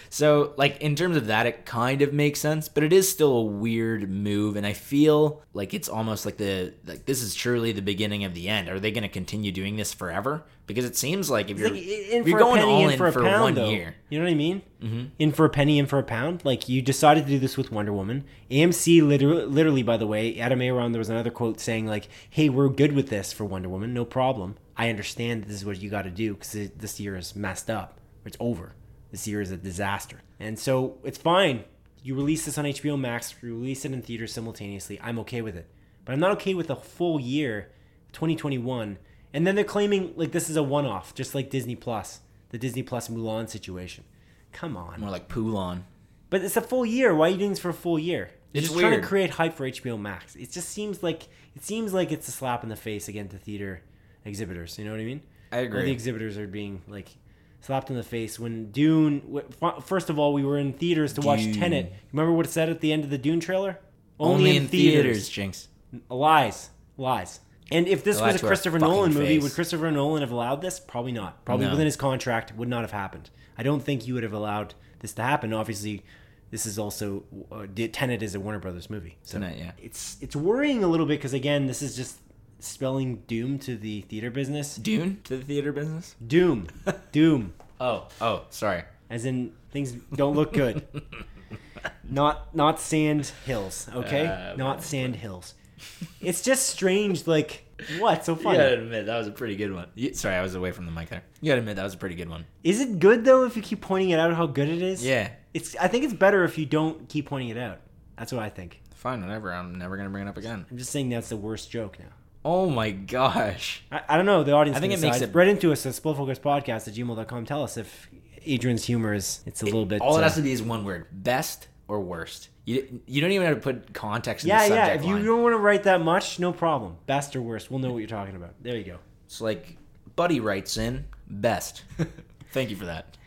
so like in terms of that it kind of makes sense but it is still a weird move and i feel like it's almost like the like this is truly the beginning of the end are they going to continue doing this forever because it seems like if you're,
Like,
if
in
you're
for a
going
penny,
all
in
in
for,
for,
a pound,
one
though.
year
You know what I mean? Mm-hmm. In for a penny, in for a pound. Like you decided to do this with Wonder Woman. AMC literally, literally by the way, Adam Aaron. There was another quote saying like, "Hey, we're good with this for Wonder Woman. No problem. I understand this is what you got to do because this year is messed up. It's over. This year is a disaster, and so it's fine. You release this on HBO Max. You release it in theaters simultaneously. I'm okay with it, but I'm not okay with a full year 2021 and then they're claiming like this is a one-off just like disney plus the disney plus mulan situation come on
more like poulon
but it's a full year why are you doing this for a full year You're
It's
just trying
weird.
to create hype for hbo max it just seems like it seems like it's a slap in the face again to theater exhibitors you know what i mean
I agree.
All the exhibitors are being like slapped in the face when dune w- f- first of all we were in theaters to watch
Dune.
tenet remember what it said at the end of the dune trailer
only, in, theaters jinx
Lies. Lies. And if this
Lie
was a
to our
Christopher
fucking
Nolan movie,
face.
would Christopher Nolan have allowed this? Probably not. Probably
No.
within his contract would not have happened. I don't think he would have allowed this to happen. Obviously, this is also uh, Tenet is a Warner Brothers movie. So
Tenet, yeah.
it's it's worrying a little bit because again, this is just spelling doom to the theater business.
dune to the theater business
Doom, doom,
oh oh sorry
as in things don't look good. not not sand hills, okay?
Uh,
not sand hills. It's just strange. Like what? So funny.
you gotta admit that was a pretty good one You- sorry i was away from the mic there you gotta admit that was a pretty good one
Is it good though? If you keep pointing it out, how good it is?
yeah
It's. I think it's better if you don't keep pointing it out. That's what I think.
fine whatever i'm never gonna bring it up again
I'm just saying that's the worst joke now.
oh my gosh
I, I don't know. The audience.
I think
can
it makes
decide.
it-
right into us at splitfocuspodcast at gmail.com. Tell us if Adrian's humor is. It's a little bit.
All it
uh,
has to be is one word: best or worst. You you don't even have to put context in
yeah,
the subject
yeah. If you
line.
don't want to write that much, no problem. Best or worst, we'll know what you're talking about. There you go.
It's like Buddy writes in best. Thank you for that.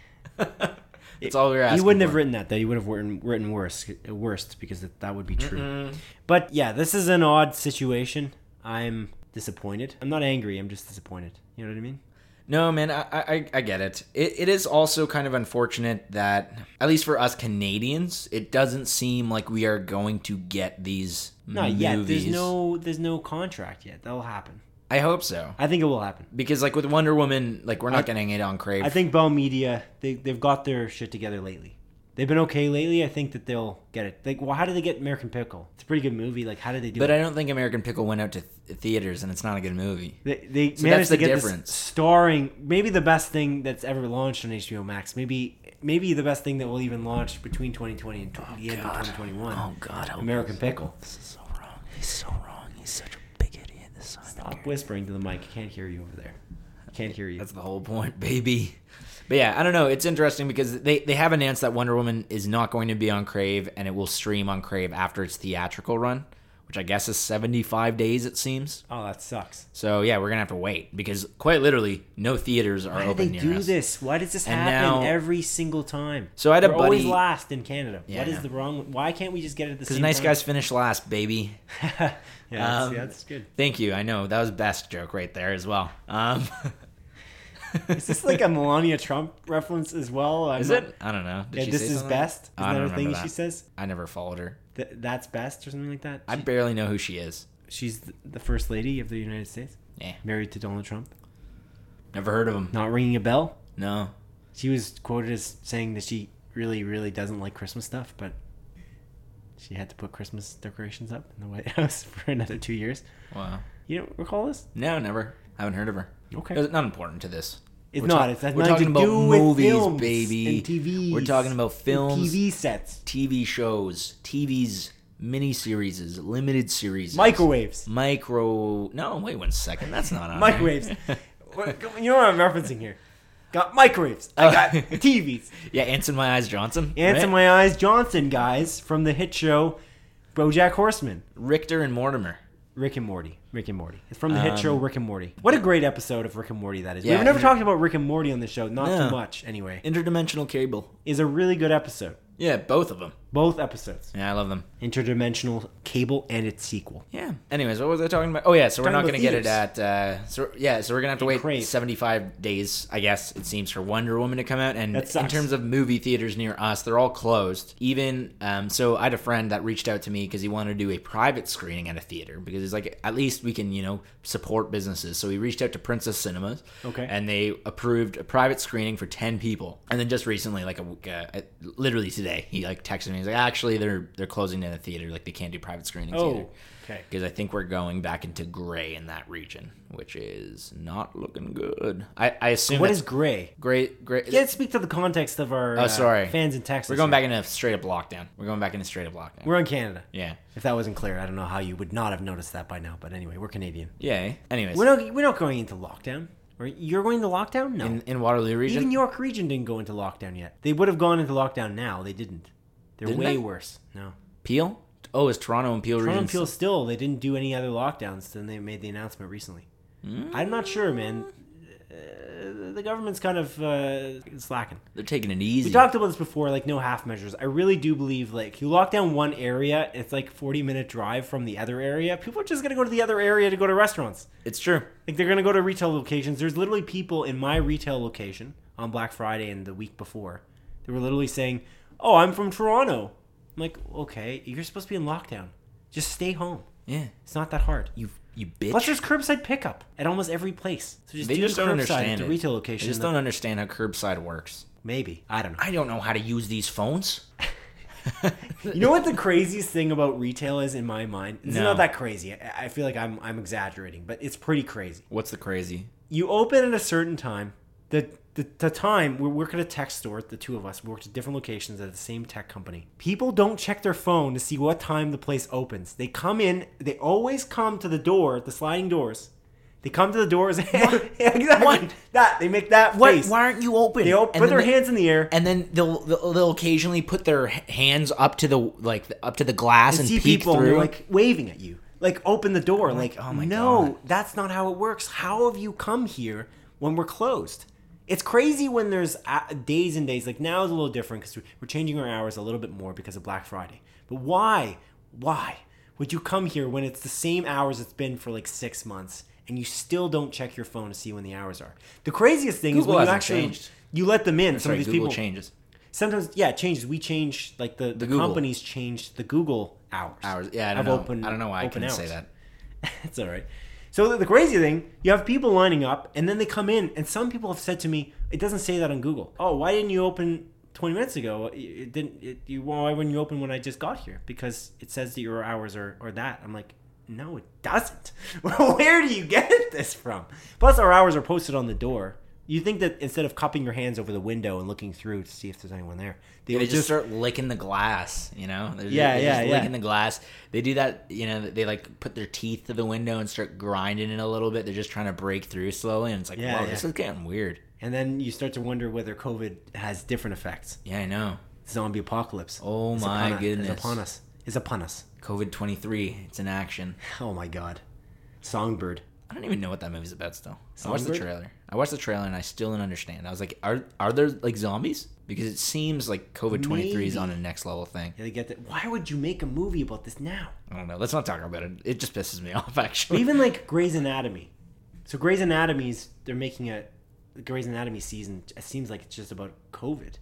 That's all we we're asking.
You wouldn't have
for.
written that though. You would have written written worst, worst because that, that would be true.
Mm,
But yeah, this is an odd situation. I'm disappointed. I'm not angry. I'm just disappointed. You know what I mean?
No, man, I, I, I- I get it. it. It is also kind of unfortunate that, at least for us Canadians, it doesn't seem like we are going to get these
Not
movies.
yet. There's no there's no contract yet. That'll happen.
I hope so.
I think it will happen.
Because, like, with Wonder Woman, like, we're not
I-
getting it on Crave.
I think Bell Media they they've got their shit together lately. They've been okay lately. I think that they'll get it. Like, well, how did they get American Pickle? It's a pretty good movie. Like, how did they do
but
it?
I don't think American Pickle went out to th- theaters, and it's not a good movie.
They, they managed
So that's
to
the
get
difference.
this starring maybe the best thing that's ever launched on HBO Max. Maybe maybe the best thing that will even launch between 2020 and tw- the end of 2021.
Oh, God, I
American Pickle.
so wrong. He's so wrong. He's such a big idiot. This
Stop whispering to the mic. I can't hear you over there. I can't hear you.
That's the whole point, baby. But yeah, I don't know. It's interesting because they, they have announced that Wonder Woman is not going to be on Crave and it will stream on Crave after its theatrical run, which I guess is 75 days, it seems.
oh, that sucks.
So yeah, we're going to have to wait because quite literally, no theaters are
Why do
open
they
near
do
us.
this? Why does this
And
happen
now-
every single time?
So I had a
We're always
buddy-
last in Canada.
Yeah,
what
I
is
know.
the wrong? Why can't we just get it at the
Because
same
nice
time?
guys finish last, baby.
yeah, that's,
Um,
yeah, that's good.
Thank you. I know. That was best joke right there as well. Um,
Is this like a Melania Trump reference as well? I'm
Is
not-
it? I don't know. Did
Yeah,
she
this
say
is
something like
best.
that?
Isn't
I
that
don't
a thing
remember
she
that.
says?
I never followed her.
Th- that's best or something like that.
I barely know who she is.
She's th- the first lady of the United States,
Yeah.
married to Donald Trump.
Never heard of him.
Not ringing a bell.
No.
She was quoted as saying that she really, really doesn't like Christmas stuff, but She had to put Christmas decorations up in the White House for another two years.
Wow.
You don't recall this?
No, never. Haven't heard of her.
Okay.
It's not important to this.
It's
We're
not.
ta-
it's has
we're
nothing
talking
to
about
do with
movies,
films
baby.
And TVs.
We're talking about
and
films.
TV sets.
TV shows, TV's miniseries, limited series,
Microwaves.
micro. No, wait one second. That's not on there.
Microwaves. What- you know what I'm referencing here. Got microwaves. I got
Oh.
TVs.
yeah, Anson My Eyes Johnson.
Ants in
right?
My Eyes Johnson, guys, from the hit show Bojack Horseman.
Richter and Mortimer.
Rick and Morty. Rick and Morty. It's from the hit
Um,
show Rick and Morty. What a great episode of Rick and Morty that is.
Yeah,
We've never
and-
talked about Rick and Morty on the show, not
No.
too much anyway.
Interdimensional Cable.
Is a really good episode.
Yeah, both of them.
Both episodes.
Yeah, I love them.
Interdimensional Cable and its sequel.
Yeah. Anyways, what was I talking about? Oh yeah, so we're
Talking
not
about
going to get it
theaters.
at. Uh, so yeah, so we're going to have to wait
Crave.
75 days, I guess it seems, for Wonder Woman to come out. And
That
in
sucks.
terms of movie theaters near us, they're all closed. Even um, so, I had a friend that reached out to me because he wanted to do a private screening at a theater because he's like, at least we can you know support businesses. So he reached out to Princess Cinemas.
Okay.
And they approved a private screening for 10 people. And then just recently, like a week, uh, literally today, he like texted me. He's like, actually, they're they're closing down the theater. Like they can't do private screenings either
Oh, okay.
because I think we're going back into gray in that region, which is not looking good. I, I assume
What
that's
is gray?
gray gray.
Yeah, let's speak to the context of our
Oh,
uh,
sorry.
fans in Texas.
We're going back into straight up lockdown. We're going back into straight up lockdown.
We're in Canada.
yeah,
If that wasn't clear, I don't know how you would not have noticed that by now. But anyway, we're Canadian.
yeah. Anyways,
We're not, we're not going into lockdown. Or you're going into lockdown? No.
in, in Waterloo region,
Even York Region didn't go into lockdown yet. They would have gone into lockdown now. They didn't. They're
Didn't
way
they?
worse. No.
Peel. Oh, is Toronto and Peel
Toronto
region?
and Peel still. They didn't do any other lockdowns. Then they made the announcement recently.
Mm.
I'm not sure, man. Uh, the government's kind of uh, slacking.
They're taking it easy.
We talked about this before, like no half measures. I really do believe like you lock down one area, it's like 40 minute drive from the other area. People are just gonna go to the other area to go to restaurants.
it's true.
Like they're gonna go to retail locations. There's literally people in my retail location on Black Friday and the week before. They were literally saying, "Oh, I'm from Toronto." I'm like, "Okay, you're supposed to be in lockdown. Just stay home.
Yeah,
It's not that hard."
you you bitch.
Plus, there's curbside pickup at almost every place. So just
they
do
just don't
curbside
understand
at
it.
the retail
They
location.
just don't understand how curbside works.
Maybe I don't know.
I don't know how to use these phones.
You know what the craziest thing about retail is in my mind? It's
No.
not that crazy. I I feel like I'm I'm exaggerating, but it's pretty crazy.
What's the crazy?
You open at a certain time. The the, the time we work at a tech store, the two of us we worked at different locations at the same tech company. People don't check their phone to see what time the place opens. They come in. They always come to the door, the sliding doors. They come to the doors. yeah, exactly.
What?
That they make that
Why,
face.
why aren't you open?
They all
And
put
then
their
they-
hands in the air.
and then they'll, they'll they'll occasionally put their h- hands up to the like up to the glass and,
and see
peek
people and
through.
they're like waving at you like open the door like
oh
oh my
my
no
God."
that's not how it works how have you come here when we're closed it's crazy when there's uh, days and days like now is a little different because we're changing our hours a little bit more because of black friday but why why would you come here when it's the same hours it's been for like six months and you still don't check your phone to see when the hours are the craziest thing
Google
is when you
hasn't
actually
changed.
you let them in some
Sorry,
of these
Google
people
changes
sometimes yeah it changes we change like the, the,
Google.
companies changed the google hours
hours. Yeah, I don't
of
know. I don't know why I
open
couldn't say
hours.
that.
it's all right so the, the crazy thing you have people lining up and then they come in and some people have said to me it doesn't say that on google oh why didn't you open 20 minutes ago it it didn't it, you why wouldn't you open when i just got here because it says that your hours are, are that i'm like no it doesn't where do you get this from plus our hours are posted on the door you think that instead of cupping your hands over the window and looking through to see if there's anyone there they
They
would
just, start licking the glass, you know. They're
Yeah,
just,
yeah,
just
yeah.
Licking the glass. They do that, you know. They like put their teeth to the window and start grinding it a little bit. They're just trying to break through slowly, and it's like,
Yeah,
whoa,
yeah.
this is getting weird.
And then you start to wonder whether COVID has different effects.
Yeah, I know.
Zombie apocalypse.
Oh
is
my
upon us-
goodness.
Is upon us. Is upon us.
COVID twenty three. It's in action.
Oh my god. Songbird.
I don't even know what that movie's about. Still, I watched the
Songbird?
trailer. I watched the trailer and I still didn't understand. I was like, are are there like zombies? Because it seems like COVID twenty three is on a next level thing.
Yeah, they get that. Why would you make a movie about this now?
I don't know. Let's not talk about it. It just pisses me off,
But
actually.
even like Grey's Anatomy. So Grey's Anatomy's they're making a Grey's Anatomy season. It seems like it's just about COVID.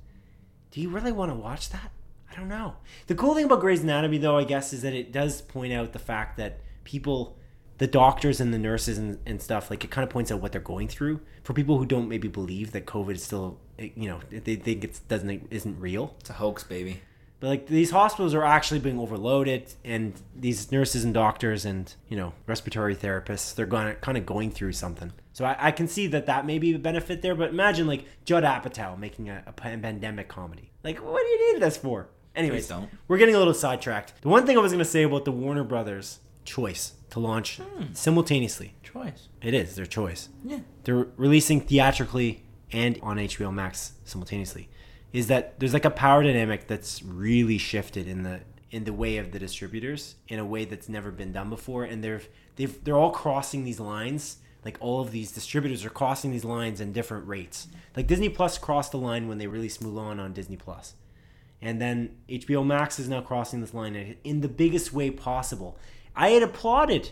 Do you really want to watch that? I don't know. The cool thing about Grey's Anatomy, though, I guess, is that it does point out the fact that people, the doctors and the nurses and, and stuff, like it kind of points out what they're going through for people who don't maybe believe that COVID is still, eh, you know, they think it doesn't isn't real.
it's a hoax, baby.
But like these hospitals are actually being overloaded, and these nurses and doctors and you know respiratory therapists, they're going kind of going through something. So I, I can see that that may be a benefit there. But imagine like Judd Apatow making a, a pan- pandemic comedy. Like, what do you need this for? Anyways,
Please don't.
we're getting a little sidetracked. The one thing I was gonna say about the Warner Brothers choice to launch
Hmm.
simultaneously,
Choice.
it is their choice
Yeah.
they're releasing theatrically and on HBO Max simultaneously is that there's like a power dynamic that's really shifted in the in the way of the distributors in a way that's never been done before and they're they've they're all crossing these lines like all of these distributors are crossing these lines in different rates like Disney Plus crossed the line when they released Mulan on Disney Plus and then HBO Max is now crossing this line in the biggest way possible I had applauded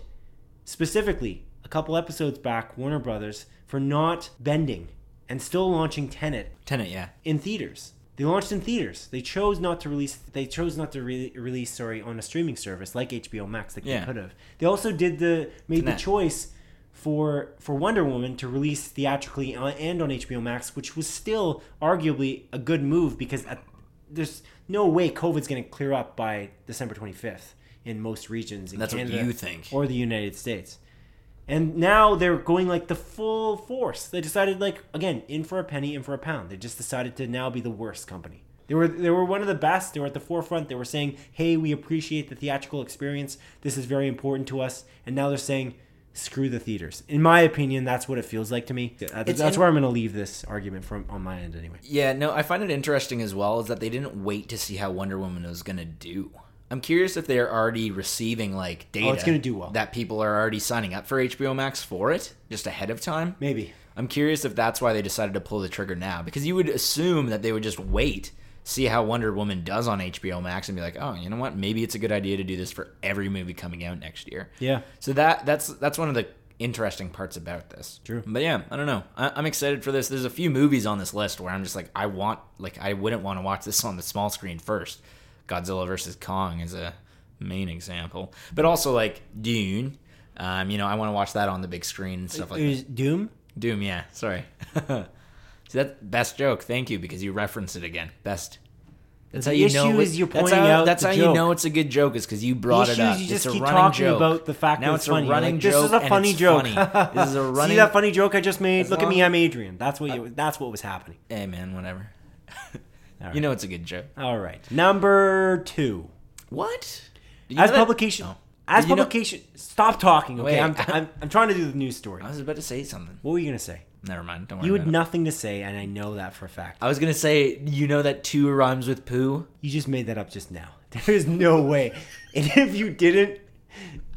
specifically a couple episodes back Warner Brothers for not bending and still launching Tenet
Tenant. Yeah.
in theaters. They launched in theaters. They chose not to release. They chose not to re- release, sorry, on a streaming service like HBO Max. Like they
Yeah.
could have. They also did the made the
Tenet.
choice for for Wonder Woman to release theatrically on- and on HBO Max, which was still arguably a good move because at, there's no way COVID's going to clear up by December 25th in most regions. In
That's what
Canada
you think.
or the United States. And now they're going like the full force. They decided like again, in for a penny, in for a pound. They just decided to now be the worst company. They were they were one of the best. They were at the forefront. They were saying, "Hey, we appreciate the theatrical experience. This is very important to us." And now they're saying, "Screw the theaters." In my opinion, that's what it feels like to me. Uh,
It's
that's
in-
where I'm going to leave this argument from on my end anyway.
Yeah, no, I find it interesting as well is that they didn't wait to see how Wonder Woman was gonna do. I'm curious if they're already receiving like data.
Oh, it's gonna do well.
That people are already signing up for HBO Max for it just ahead of time.
Maybe.
I'm curious if that's why they decided to pull the trigger now because you would assume that they would just wait, see how Wonder Woman does on HBO Max, and be like, oh, you know what? Maybe it's a good idea to do this for every movie coming out next year.
Yeah.
So that that's that's one of the interesting parts about this.
True.
But yeah, I don't know. I, I'm excited for this. There's a few movies on this list where I'm just like, I want, like, I wouldn't want to watch this on the small screen first. Godzilla versus Kong is a main example, but also like Dune. Um, you know, I want to watch that on the big screen and stuff like that.
Is Doom?
Doom, yeah. Sorry. See that best joke. Thank you because you referenced it again. Best. That's
The
how you
issue
know. it-
is you're
that's
pointing
how,
out
That's
the
how
joke.
you know it's a good joke is because you brought it
issue is
up.
you just
it's a
keep
running
talking
joke.
about the fact
now
that
it's
it's funny.
a
You're
running
like,
joke.
this is a
and
funny
it's
joke.
funny. this is a running.
See that funny joke I just made?
As
Look at me,
long-
I'm Adrian. That's what you. That's what was happening.
Hey man, whatever.
right.
You know it's a good joke.
All right. Number two.
What? Did you
As
know that-
publication.
No.
As
Did you know-
publication. Stop talking, okay?
Wait.
I'm, I'm, I'm trying to do the news story.
I was about to say something.
What were you going to say?
Never mind. Don't worry.
You had
about it.
nothing to say, and I know that for a fact.
I was gonna say you know that two rhymes with poo.
You just made that up just now. There is no way. And if you didn't,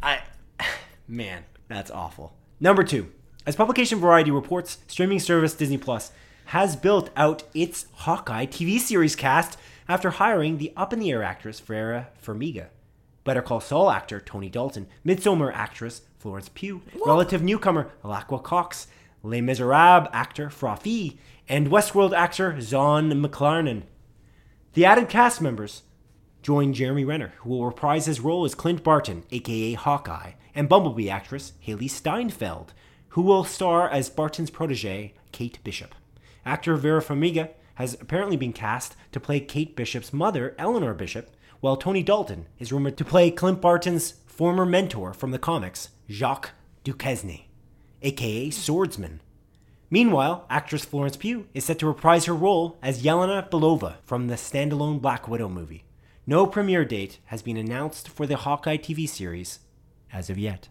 I. Man, that's awful. Number two. As publication Variety reports, streaming service Disney Plus has built out its Hawkeye TV series cast after hiring the up in the air actress Vera Farmiga, Better Call Saul actor Tony Dalton, Midsummer actress Florence Pugh, relative newcomer Alakwa Cox, Les Miserables actor Froffy, and Westworld actor Zon McLarnon. The added cast members join Jeremy Renner, who will reprise his role as Clint Barton, aka Hawkeye, and Bumblebee actress Haley Steinfeld, who will star as Barton's protege, Kate Bishop. Actor Vera Farmiga has apparently been cast to play Kate Bishop's mother, Eleanor Bishop, while Tony Dalton is rumored to play Clint Barton's former mentor from the comics, Jacques Duquesne, aka Swordsman. Meanwhile, actress Florence Pugh is set to reprise her role as Yelena Belova from the standalone Black Widow movie. No premiere date has been announced for the Hawkeye TV series as of yet.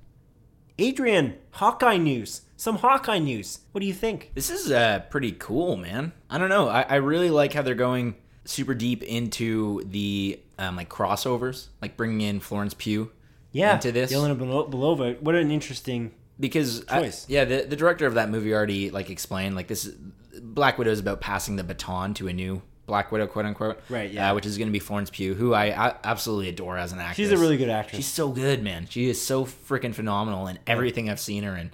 Adrian, Hawkeye news. Some Hawkeye news. What do you think?
This is uh, pretty cool, man. I don't know. I, I really like how they're going super deep into the um, like crossovers, like bringing in Florence Pugh
Yeah,
into this
Yelena Belo- Belova. What an interesting.
because I-
Choice.
yeah, the, the director of that movie already like explained like this is- Black Widow is about passing the baton to a new Black Widow, quote unquote,
Right, yeah.
uh, which is going to be Florence Pugh, who I, a- absolutely adore as an actress.
She's a really good actress.
She's so good, man. She is so freaking phenomenal in everything I've seen her in.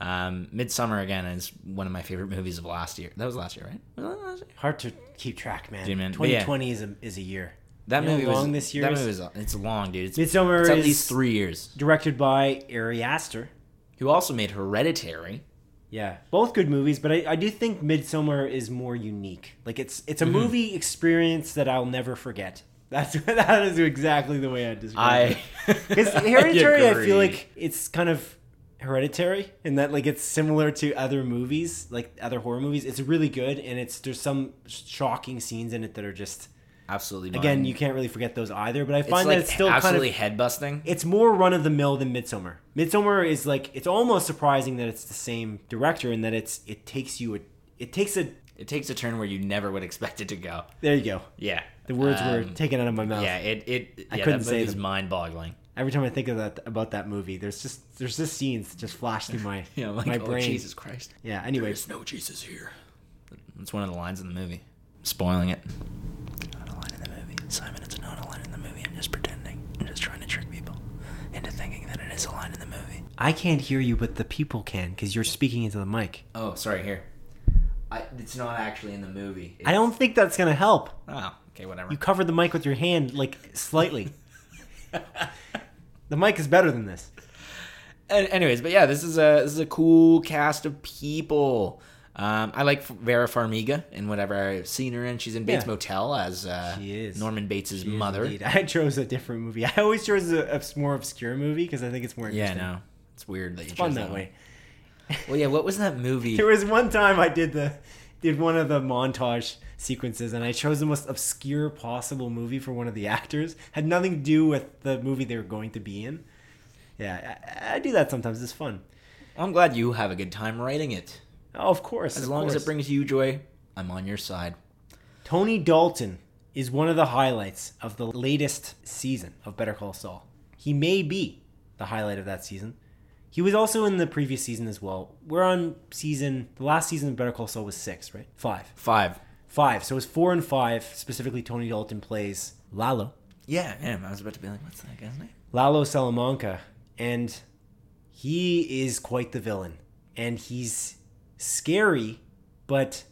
Um, Midsummer again is one of my favorite movies of last year. That was last year, right? Was that last year?
Hard to keep track, man.
Dude, man, but yeah.
2020 is, a, is a year.
That
You know how
movie
long
was,
this year
That
is?
movie was, uh, it's long, dude. It's,
Midsommar
it's at
is-
least three years.
Directed by Ari Aster.
Who also made Hereditary.
Yeah, both good movies, but I, I do think
Mm-hmm.
Midsummer is more unique. Like it's it's a movie experience that I'll never forget. That- That's that is exactly the way I describe it.
I
Because Hereditary, I
agree.
feel like it's kind of hereditary in that like it's similar to other movies, like other horror movies. It's really good, and it's there's some shocking scenes in it that are just
absolutely
again
mind-
you can't really forget those either. But I
It's
find
like
that it's still kind
absolutely
of
head busting.
it's more run of the mill than Midsummer. Midsummer is like it's almost surprising that it's the same director and that it's it takes you a it takes a
It takes a turn where you never would expect it to go.
there you go.
Yeah,
The words were
Um,
taken out of my mouth.
Yeah, it it. I
couldn't
couldn't
say
say it's
them.
mind boggling.
Every time I think of that about that movie, there's just there's just scenes that just flash through my
Yeah, like
my
oh,
brain.
Jesus Christ.
Yeah. Anyway,
There's no Jesus here. That's one of the lines in the movie. Spoiling it.
not a line in the movie. Simon, it's not a line in the movie. I'm just pretending. I'm just trying to trick people into thinking that it is a line in the movie.
I can't hear you, but the people can because you're speaking into the mic.
Oh, sorry. Here. I, it's not actually in the movie.
I don't think that's gonna help.
Oh, okay, whatever.
You covered the mic with your hand like slightly. the mic is better than this.
An- anyways, but yeah, this is a this is a cool cast of people. Um, I like Vera Farmiga and whatever I've seen her in. She's in Bates
Yeah.
Motel as uh,
She is.
Norman Bates'
Yes,
mother.
indeed. I chose a different movie. I always chose a, a s- more obscure movie because I think it's more
Yeah,
interesting.
no, it's weird that you
It's fun
chose
that
one.
way.
Well, yeah, what was that movie?
There was one time I did the did one of the montage sequences and I chose the most obscure possible movie for one of the actors. Had nothing to do with the movie they were going to be in. Yeah, I, I do that sometimes. It's fun.
I'm glad you have a good time writing it.
Oh, of course.
As
of
long as
course.
it brings you joy, I'm on your side.
Tony Dalton is one of the highlights of the latest season of Better Call Saul. He may be the highlight of that season. He was also in the previous season as well. We're on season, the last season of Better Call Saul was six, right? Five.
Five.
Five. So it's four and five. Specifically, Tony Dalton plays Lalo,
Yeah, yeah. I was about to be like, what's that guy's name?
Lalo Salamanca, and he is quite the villain. And he's scary, but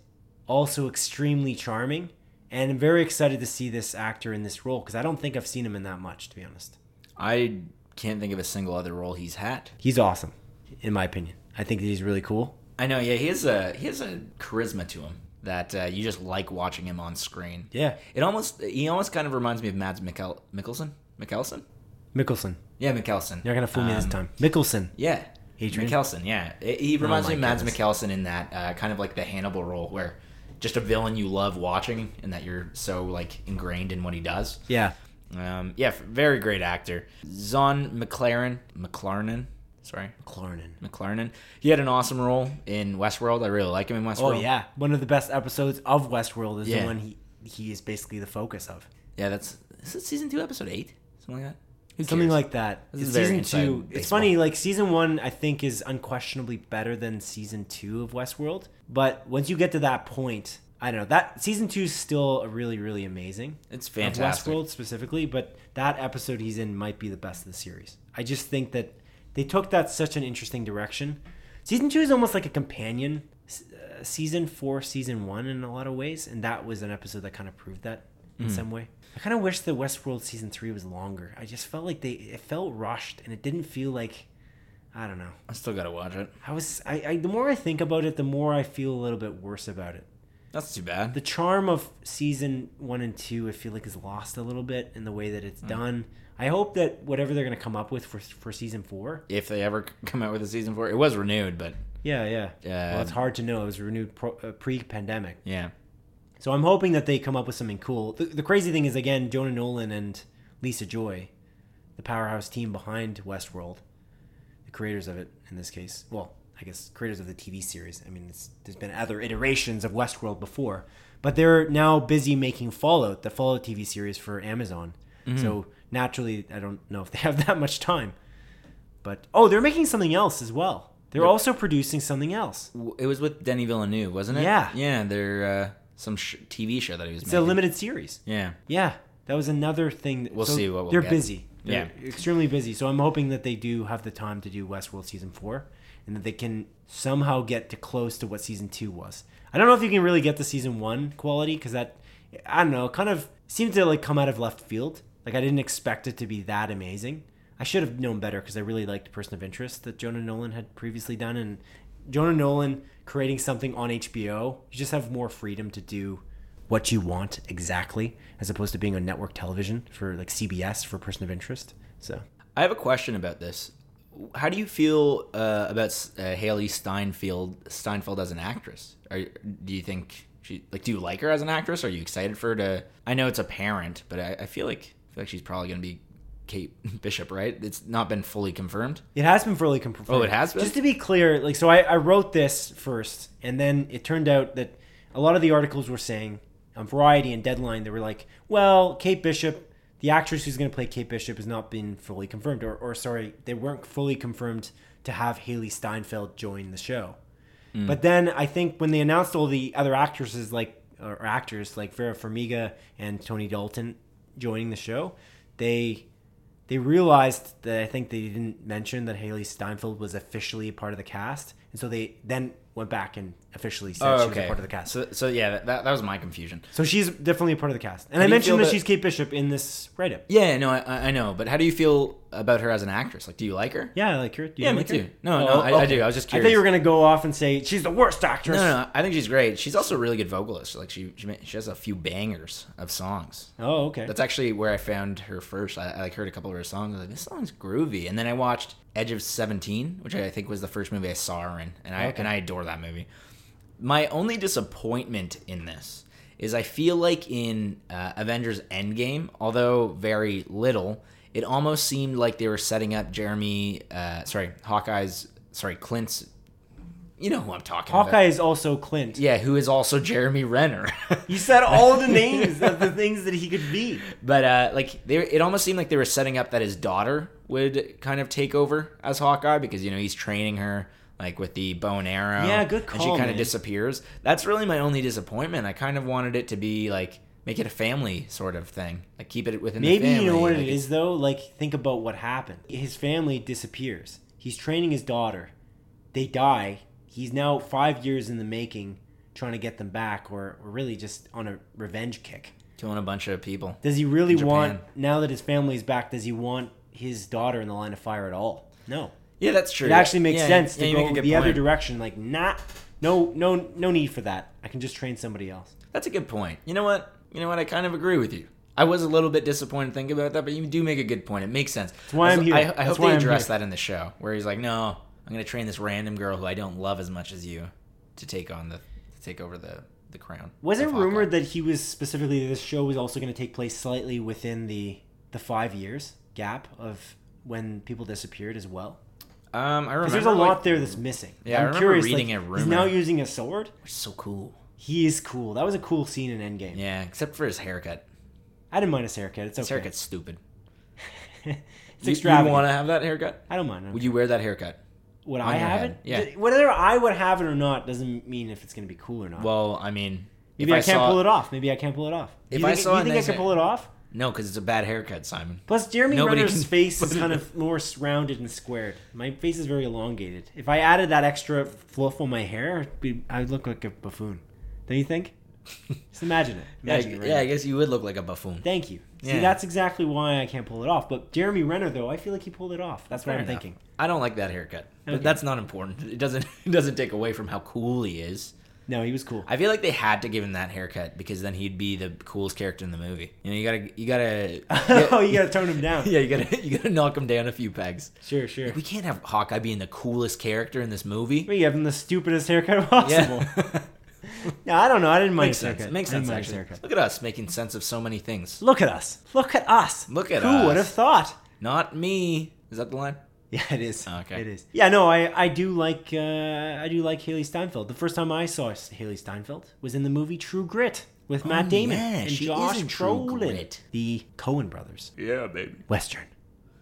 also extremely charming. And I'm very excited to see this actor in this role because I don't think I've seen him in that much, to be honest.
I can't think of a single other role he's had.
He's awesome, in my opinion. I think that he's really cool.
I know. Yeah, he has a he has a charisma to him that uh, you just like watching him on screen.
Yeah.
It almost he almost kind of reminds me of Mads Mikkel, Mikkelsen. Mikkelsen?
Mickelson.
Yeah, Mikkelsen.
You're not going to fool me this
Um,
time. Mickelson.
Yeah.
Adrian? Oh
Mikkelsen, yeah. It- he reminds
my
me of Mads
goodness.
Mikkelsen in that uh, kind of like the Hannibal role where just a villain you love watching and that you're so like ingrained in what he does.
Yeah.
Um, yeah, very great actor. Zon McLaren, McLarnon, sorry,
Clarnon.
McLarnon. He had an awesome role in Westworld. I really like him in Westworld.
Oh, yeah. One of the best episodes of Westworld is the
Yeah.
one he, he is basically the focus of.
yeah. That's is it season two, episode eight, something like that. Who
something
cares?
like that.
This is
It's
very
season
inside
two. It's
baseball.
funny, like season one, I think is unquestionably better than season two of Westworld. But once you get to that point, I don't know that season two is still really, really amazing.
it's
Of
fantastic.
Westworld specifically, but that episode he's in might be the best of the series. I just think that they took that such an interesting direction. Season two is almost like a companion s- uh, season for season one in a lot of ways, and that was an episode that kind of proved that in some way. I kind of wish that Westworld season three was longer. I just felt like they it felt rushed, and it didn't feel like I don't know.
I still gotta watch it.
I was I, I the more I think about it, the more I feel a little bit worse about it
That's too bad.
the charm of season one and two, I feel like, is lost a little bit in the way that it's done. I hope that whatever they're going to come up with for for season four.
if they ever c- come out with a season four. It was renewed, but
Yeah, yeah. well, it's
Um,
hard to know. It was renewed pro, uh, pre-pandemic,
yeah,
so I'm hoping that they come up with something cool. The, the crazy thing is, again, Jonah Nolan and Lisa Joy, the powerhouse team behind Westworld, the creators of it in this case. Well, I guess creators of the TV series. I mean, it's, there's been other iterations of Westworld before, but they're now busy making Fallout, the Fallout TV series for Amazon. So naturally, I don't know if they have that much time. But oh, they're making something else as well. They're also producing something else.
W- it was with Denny Villeneuve, wasn't it?
Yeah.
yeah. They're uh, some sh- TV show that he was
It's a
making.
limited series.
yeah,
Yeah, that was another thing. That,
We'll see what we'll
they're
get.
busy.
Yeah.
They're extremely busy. So I'm hoping that they do have the time to do Westworld season four, and that they can somehow get to close to what season two was. I don't know if you can really get the season one quality because that I don't know, kind of seemed to like come out of left field. Like I didn't expect it to be that amazing. I should have known better because I really liked Person of Interest that Jonah Nolan had previously done, and Jonah Nolan creating something on HBO, you just have more freedom to do what you want exactly, as opposed to being on network television for like CBS for person of interest. So
I have a question about this. How do you feel uh, about uh, Haley Steinfeld Steinfeld as an actress? Are, you- do you think she like? Do you like her as an actress? Are you excited for her to? I know it's a parent, but I, I feel like I feel like she's probably gonna be Kate Bishop, right? It's not been fully confirmed.
It has been fully confirmed.
Oh, it has been?
Just to be clear, like so, I, I wrote this first, and then it turned out that a lot of the articles were saying on Variety and Deadline, they were like, "Well, Kate Bishop, the actress who's going to play Kate Bishop, has not been fully confirmed," or, or sorry, they weren't fully confirmed to have Haley Steinfeld join the show.
Mm.
But then I think when they announced all the other actresses, like or actors like Vera Farmiga and Tony Dalton joining the show, they they realized that I think they didn't mention that Haley Steinfeld was officially a part of the cast, and so they then went back and officially
Oh,
said she was a part of the cast. So,
So, so yeah, that, that, that was my confusion.
she's definitely a part of the cast. And
How
I
do you feel
mentioned that,
that-
she's Kate Bishop in this write-up.
Yeah, no, I- I, I know, but how do you feel about her as an actress? Like, do you like her?
Yeah, I like her. Do you
Yeah, me
like her?
too. No,
Oh,
no, I, I
okay.
do. I was just
I
curious.
thought you were gonna go off and say she's the worst actress.
No, no, no, I think she's great. She's also a really good vocalist. Like she, she, ma- she has a few bangers of songs.
Oh, okay.
That's actually where I found her first. I, I like heard a couple of her songs. I was like, this song's groovy. And then I watched Edge of Seventeen, which I think was the first movie I saw her in, and I and I adore that movie. My only disappointment in this is I feel like in uh, Avengers Endgame, although very little, it almost seemed like they were setting up Jeremy, uh, sorry, Hawkeye's, sorry, Clint's. You know who I'm talking about.
Hawkeye is also Clint.
Yeah, who is also Jeremy Renner.
You said all the names of the things that he could be.
but uh, like they, it almost seemed like they were setting up that his daughter would kind of take over as Hawkeye because you know he's training her like with the bow and arrow.
Yeah, good
And she
call,
kind
man.
of disappears. That's really my only disappointment. I kind of wanted it to be like make it a family sort of thing, like keep it within.
Maybe
the family.
you know what
like,
it is though. Like think about what happened. His family disappears. He's training his daughter. They die. He's now five years in the making, trying to get them back, or, or really just on a revenge kick.
Killing a bunch of people.
Does he really
Japan.
want now that his family's back? Does he want his daughter in the line of fire at all? No.
Yeah, that's true.
It actually makes
Yeah,
sense
yeah,
to
you make a
go the
good
other
point.
direction. Like, nah, no, no, no need for that. I can just train somebody else.
That's a good point. You know what? You know what? I kind of agree with you. I was a little bit disappointed thinking about that, but you do make a good point. It makes sense. That's
why I'm here.
I, I
That's
hope
why
they
I'm
address
here.
that in the show, where he's like, "No, I'm going to train this random girl who I don't love as much as you to take on the to take over the the crown."
Was
of
it
Hawkeye."
rumored that he was specifically this show was also going to take place slightly within the the five years gap of when people disappeared as well?
Um, I remember.
Because there's a lot
like,
there that's missing.
Yeah, I
I'm
remember
curious.
reading
like,
a
He's now
rumor.
using a sword.
which is so cool.
He is cool. That was a cool scene in Endgame.
Yeah, except for his haircut.
I didn't mind his haircut. It's okay.
His haircut's stupid.
it's
You-
extravagant.
You want to have that haircut?
I don't mind. him.
Would you wear that haircut?
Would
on
I
your
have
head?
it?
Yeah.
D- Whether I would have it or not doesn't mean if it's going to be cool or not.
Well, I mean,
Maybe
if
I, can't
saw-
pull it off. Maybe I can't pull it off.
If
you
I
think,
saw
you
a
think
nice
I
hair-
could pull it off?
No, because it's a bad haircut, Simon.
Plus, Jeremy
Nobody
Renner's
can
face is
put it
kind
in.
of more s- rounded and squared. My face is very elongated. If I added that extra fluff on my hair, it'd be, I'd look like a buffoon. Don't you think? Just imagine it.
Yeah, I-
Imagine it right
yeah, I
now.
guess you would look like a buffoon.
Thank you. See,
Yeah.
that's exactly why I can't pull it off. But Jeremy Renner, though, I feel like he pulled it off. That's what
Fair
I'm
enough.
thinking.
I don't like that haircut. But
Okay.
That's not important. It doesn't it doesn't take away from how cool he is.
No, he was cool.
I feel like they had to give him that haircut because then he'd be the coolest character in the movie. You know, you gotta you gotta
oh, you gotta tone him down.
yeah, you gotta you gotta knock him down a few pegs.
Sure, sure.
We can't have Hawkeye being the coolest character in this movie.
We gave him the stupidest haircut possible. No, I don't know. I didn't mind
makes
his
sense.
haircut.
It makes
I didn't
sense
mind his
actually.
haircut.
Look at us making sense of so many things.
Look at us. Look at us.
Look at
Who
us.
Who would have thought?
Not me. Is that the line?
Yeah, it is.
Oh, Okay.
It is. Yeah, no, I, I do like uh, I do like Haley Steinfeld. The first time I saw S- Haley Steinfeld was in the movie True Grit with Matt
Oh,
Damon
yeah,
and
she
Josh
is in True
Brolin,
Grit.
the Cohen brothers,
Yeah, baby.
Western.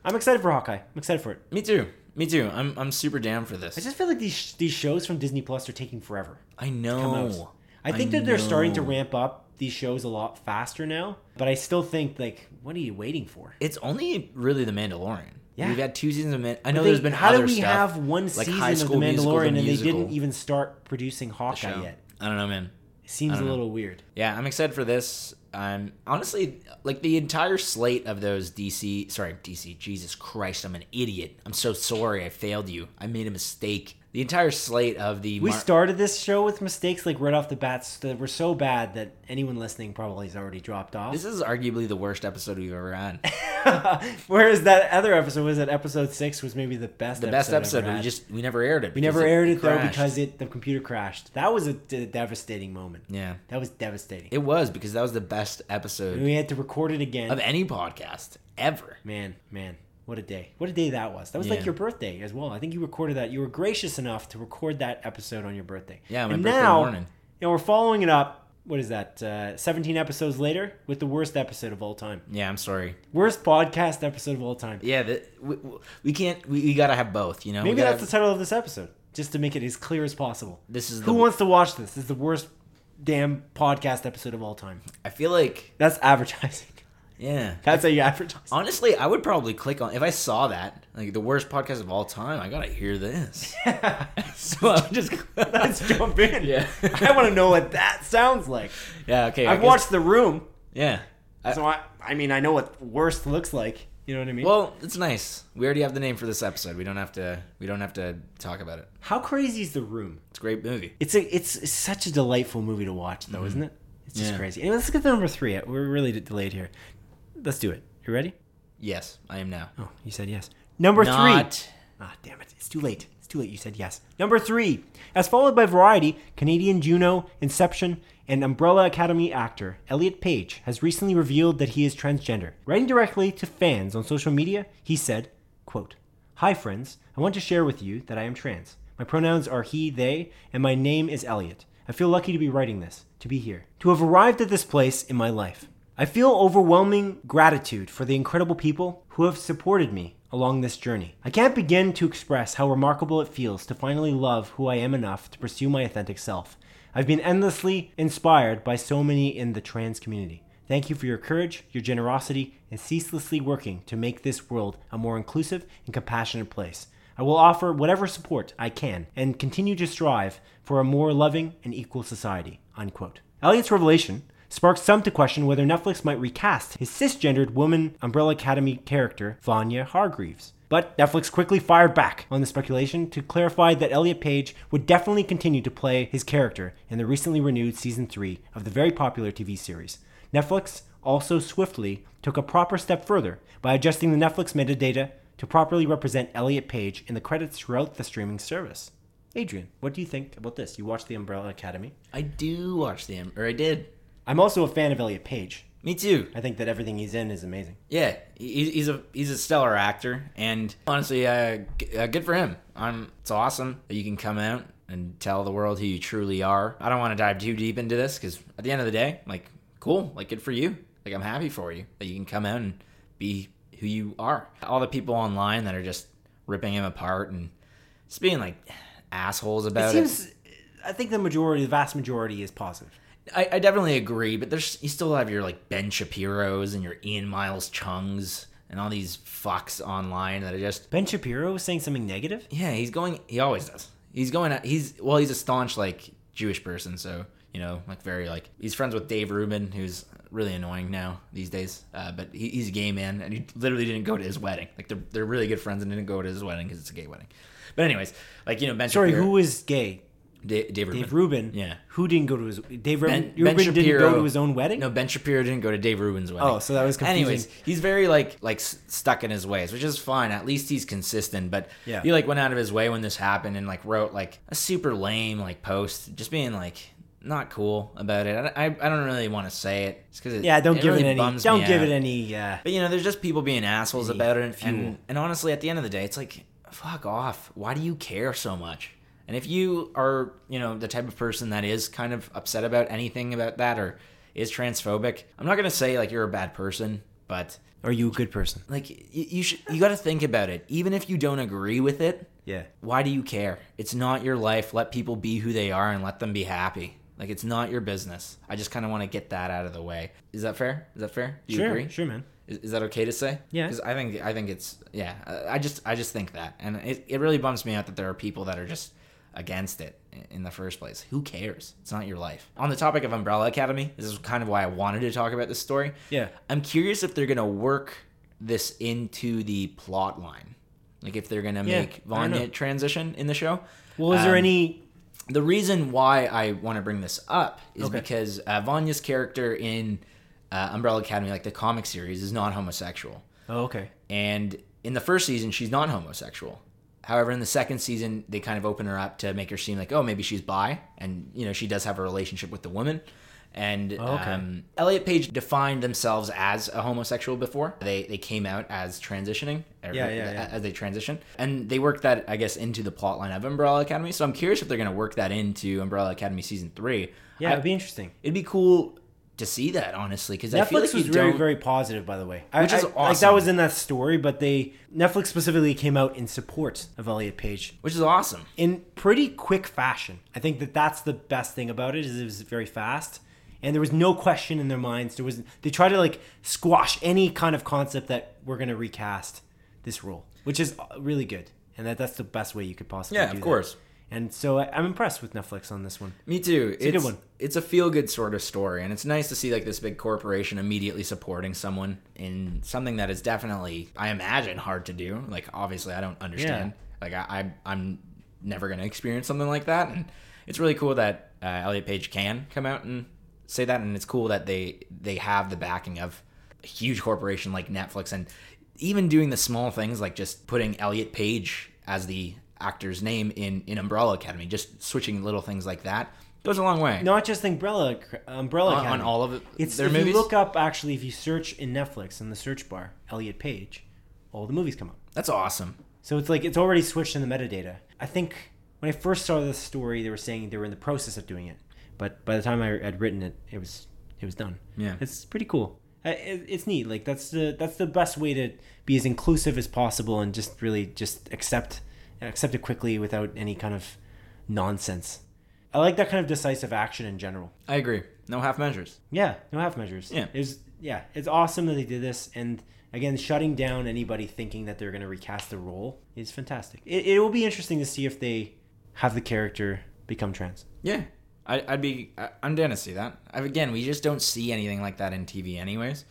I'm excited for Hawkeye. I'm excited for it.
Me too. Me too. I'm I'm super down for this.
I just feel like these these shows from Disney Plus are taking forever.
I
come out.
know.
I think that they're starting to
Oh, know.
ramp up these shows a lot faster now, but I still think like, what are you waiting for?
It's only really The Mandalorian.
Yeah.
we've had two seasons of. Man- I know
They-
there's been
how
other
did we
stuff,
have one season of The
Musical,
Mandalorian and they
musical,
didn't even start producing
the show.
Hawkeye yet?
I don't know, man.
It seems a
know.
little weird.
Yeah, I'm excited for this. I'm honestly like the entire slate of those DC. Sorry, DC. Jesus Christ, I'm an idiot. I'm so sorry. I failed you. I made a mistake. the entire slate of the
We
Mar-
started this show with mistakes like right off the bats that were so bad that anyone listening probably has already dropped off.
This is arguably the worst episode we've ever had.
Whereas that other episode was that episode six was maybe the best.
The best
I've
episode.
ever
We
had.
just we never aired it.
we never aired it though because it the computer crashed. That was a, d- devastating moment.
yeah,
That was devastating.
it was because that was the best
And
episode
we had to record it again.
of any podcast ever.
man, man, what a day! What a day that was. That was
Yeah.
like your birthday as well. I think you recorded that. You were gracious enough to record that episode on your birthday.
Yeah, my
and
birthday
now,
morning.
You know, we're following it up. What is that? Uh, Seventeen episodes later, with the worst episode of all time.
Yeah, I'm sorry.
Worst podcast episode of all time.
Yeah, the, we, we can't. We, we gotta have both. You know, We
Maybe
gotta-
that's the title of this episode, just to make it as clear as possible.
This is
Who
the-
wants to watch this? This is the worst damn podcast episode of all time.
I feel like
That's advertising.
yeah.
That's how you advertise.
Honestly, I would probably click on if I saw that like the worst podcast of all time. I gotta hear this. so I'm just
Let's jump in.
Yeah.
I want to know what that sounds like.
yeah okay. I
I've
guess-
watched The Room,
yeah. I-
so I, I mean, I know what worst looks like. You know what I mean?
well, it's nice. We already have the name for this episode. We don't have to. We don't have to talk about it.
how crazy is The Room?
It's a great movie.
It's a, it's, it's such a delightful movie to watch, though, isn't it? It's just
Mm-hmm. Yeah.
crazy. Anyway, let's get to number three. We're really d- delayed here. Let's do it. You ready?
Yes, I am now.
Oh, you said yes. Number three.
Not
Ah, damn it. It's too late. It's too late. You said yes. Number three. As followed by Variety, Canadian Juno, Inception, and Umbrella Academy actor Elliot Page has recently revealed that he is transgender. Writing directly to fans on social media, he said, quote, Hi, friends. I want to share with you that I am trans. My pronouns are he, they, and my name is Elliot. I feel lucky to be writing this, to be here, to have arrived at this place in my life. I feel overwhelming gratitude for the incredible people who have supported me along this journey. I can't begin to express how remarkable it feels to finally love who I am enough to pursue my authentic self. I've been endlessly inspired by so many in the trans community. Thank you for your courage, your generosity, and ceaselessly working to make this world a more inclusive and compassionate place. I will offer whatever support I can and continue to strive for a more loving and equal society. Unquote. Elliot's revelation sparked some to question whether Netflix might recast his cisgendered woman Umbrella Academy character, Vanya Hargreaves. But Netflix quickly fired back on the speculation to clarify that Elliot Page would definitely continue to play his character in the recently renewed season 3 of the very popular TV series. Netflix also swiftly took a proper step further by adjusting the Netflix metadata to properly represent Elliot Page in the credits throughout the streaming service. Adrian, what do you think about this? You watched The Umbrella Academy.
I do watch the or I did.
I'm also a fan of Elliot Page.
Me too.
I think that everything he's in is amazing.
Yeah, he- he's a he's a stellar actor, and honestly, uh, g- uh, good for him. I'm, it's awesome that you can come out and tell the world who you truly are. I don't want to dive too deep into this because at the end of the day, like, cool, like, good for you. Like, I'm happy for you that you can come out and be who you are. All the people online that are just ripping him apart and just being like assholes about
It
it.
seems, I think the majority, the vast majority, is positive.
I, I definitely agree, but there's you still have your like Ben Shapiro's and your Ian Miles Chungs and all these fucks online that are just
Ben Shapiro was saying something negative.
yeah he's going he always does he's going at, he's well he's a staunch like Jewish person so you know like very like he's friends with Dave Rubin who's really annoying now these days uh, but he, he's a gay man and he literally didn't go to his wedding like they're they're really good friends and didn't go to his wedding because it's a gay wedding but anyways like you know Ben
Sorry,
Shapiro,
who is gay?
Da- Dave Rubin.
Dave Rubin.
yeah.
Who didn't go to his Dave Rubin,
Ben, Ben
Rubin didn't
Shapiro
go to his own wedding?
No, Ben Shapiro didn't go to Dave Rubin's wedding.
Oh, so that was confusing.
Anyways, he's very like like s- stuck in his ways, which is fine. At least he's consistent. But
Yeah.
he like went out of his way when this happened and like wrote like a super lame like post, just being like not cool about it. I, I, I don't really want to say it. It's cause it
Yeah, don't
it
give
really
it any.
bums
Don't
me
give
out.
it any. Uh,
But you know, there's just people being assholes about it, and,
fuel.
and and honestly, at the end of the day, it's like, fuck off. Why do you care so much? And if you are, you know, the type of person that is kind of upset about anything about that or is transphobic, I'm not gonna say like you're a bad person, but
are you a good person?
like you, you should you got to think about it. Even if you don't agree with it,
Yeah.
why do you care? It's not your life. Let people be who they are and let them be happy. Like it's not your business. I just kind of want to get that out of the way. Is that fair? Is that fair? Do you
sure.
agree?
Sure, man.
Is, is that okay to say?
Yeah.
Because I think I think it's yeah. I- I just I just think that, and it, it really bums me out that there are people that are just against it i- in the first place. Who cares? It's not your life. On the topic of Umbrella Academy, this is kind of why I wanted to talk about this story.
Yeah.
I'm curious if they're gonna work this into the plot line, like if they're gonna
Yeah,
make
I don't know.
Vanya transition in the show.
Well, is there
Um,
any?
the reason why I want to bring this up is
Okay.
because uh, Vanya's character in uh, Umbrella Academy, like the comic series, is not homosexual.
Oh, okay.
And in the first season, she's not homosexual. However, in the second season, they kind of open her up to make her seem like, oh, maybe she's bi, and you know she does have a relationship with the woman. And
Oh, okay.
um, Elliot Page defined themselves as a homosexual before they they came out as transitioning, or
Yeah, yeah, yeah.
as they transition, and they worked that I guess into the plot line of Umbrella Academy. So I'm curious if they're going to work that into Umbrella Academy season three.
Yeah,
I-
it'd be interesting.
it'd be cool to see that honestly because I feel
Netflix
like
was
you
very,
don't-
very positive, by the way. I-
Which is
I- Like that
awesome.
was in that story, but they Netflix specifically came out in support of Elliot Page
which is awesome.
in pretty quick fashion. I think that that's the best thing about it is it was very fast, and there was no question in their minds. There was they tried to like squash any kind of concept that we're gonna recast this role, which is uh, really good, and that that's the best way you could possibly.
Yeah,
do
of
that.
course.
And so I, I'm impressed with Netflix on this one.
Me too. It's,
a good one.
It's a feel good sort of story, and it's nice to see like this big corporation immediately supporting someone in something that is definitely, I imagine, hard to do. Like obviously, I don't understand. Like I, I, I'm never gonna experience something like that, and it's really cool that uh, Elliot Page can come out and say that, and it's cool that they they have the backing of a huge corporation like Netflix, and even doing the small things like just putting Elliot Page as the actor's name in in Umbrella Academy, just switching little things like that goes a long way.
Not just Umbrella, Umbrella
on, on
Academy.
all of it,
It's
their
if
movies.
you look up actually if you search in Netflix in the search bar Elliot Page, all the movies come up.
That's awesome.
So it's like it's already switched in the metadata. I think when I first saw this story, they were saying they were in the process of doing it, but by the time I had written it, it was it was done.
Yeah.
it's pretty cool. I- it- It's neat. Like that's the that's the best way to be as inclusive as possible and just really just accept accept it quickly without any kind of nonsense. I like that kind of decisive action in general.
I agree. No half measures.
Yeah, no half measures.
Yeah.
it was, yeah, it's awesome that they did this, and again, shutting down anybody thinking that they're going to recast the role is fantastic. It, it will be interesting to see if they have the character become trans.
Yeah, I, I'd be. I, I'm down to see that. I, again, we just don't see anything like that in TV, anyways.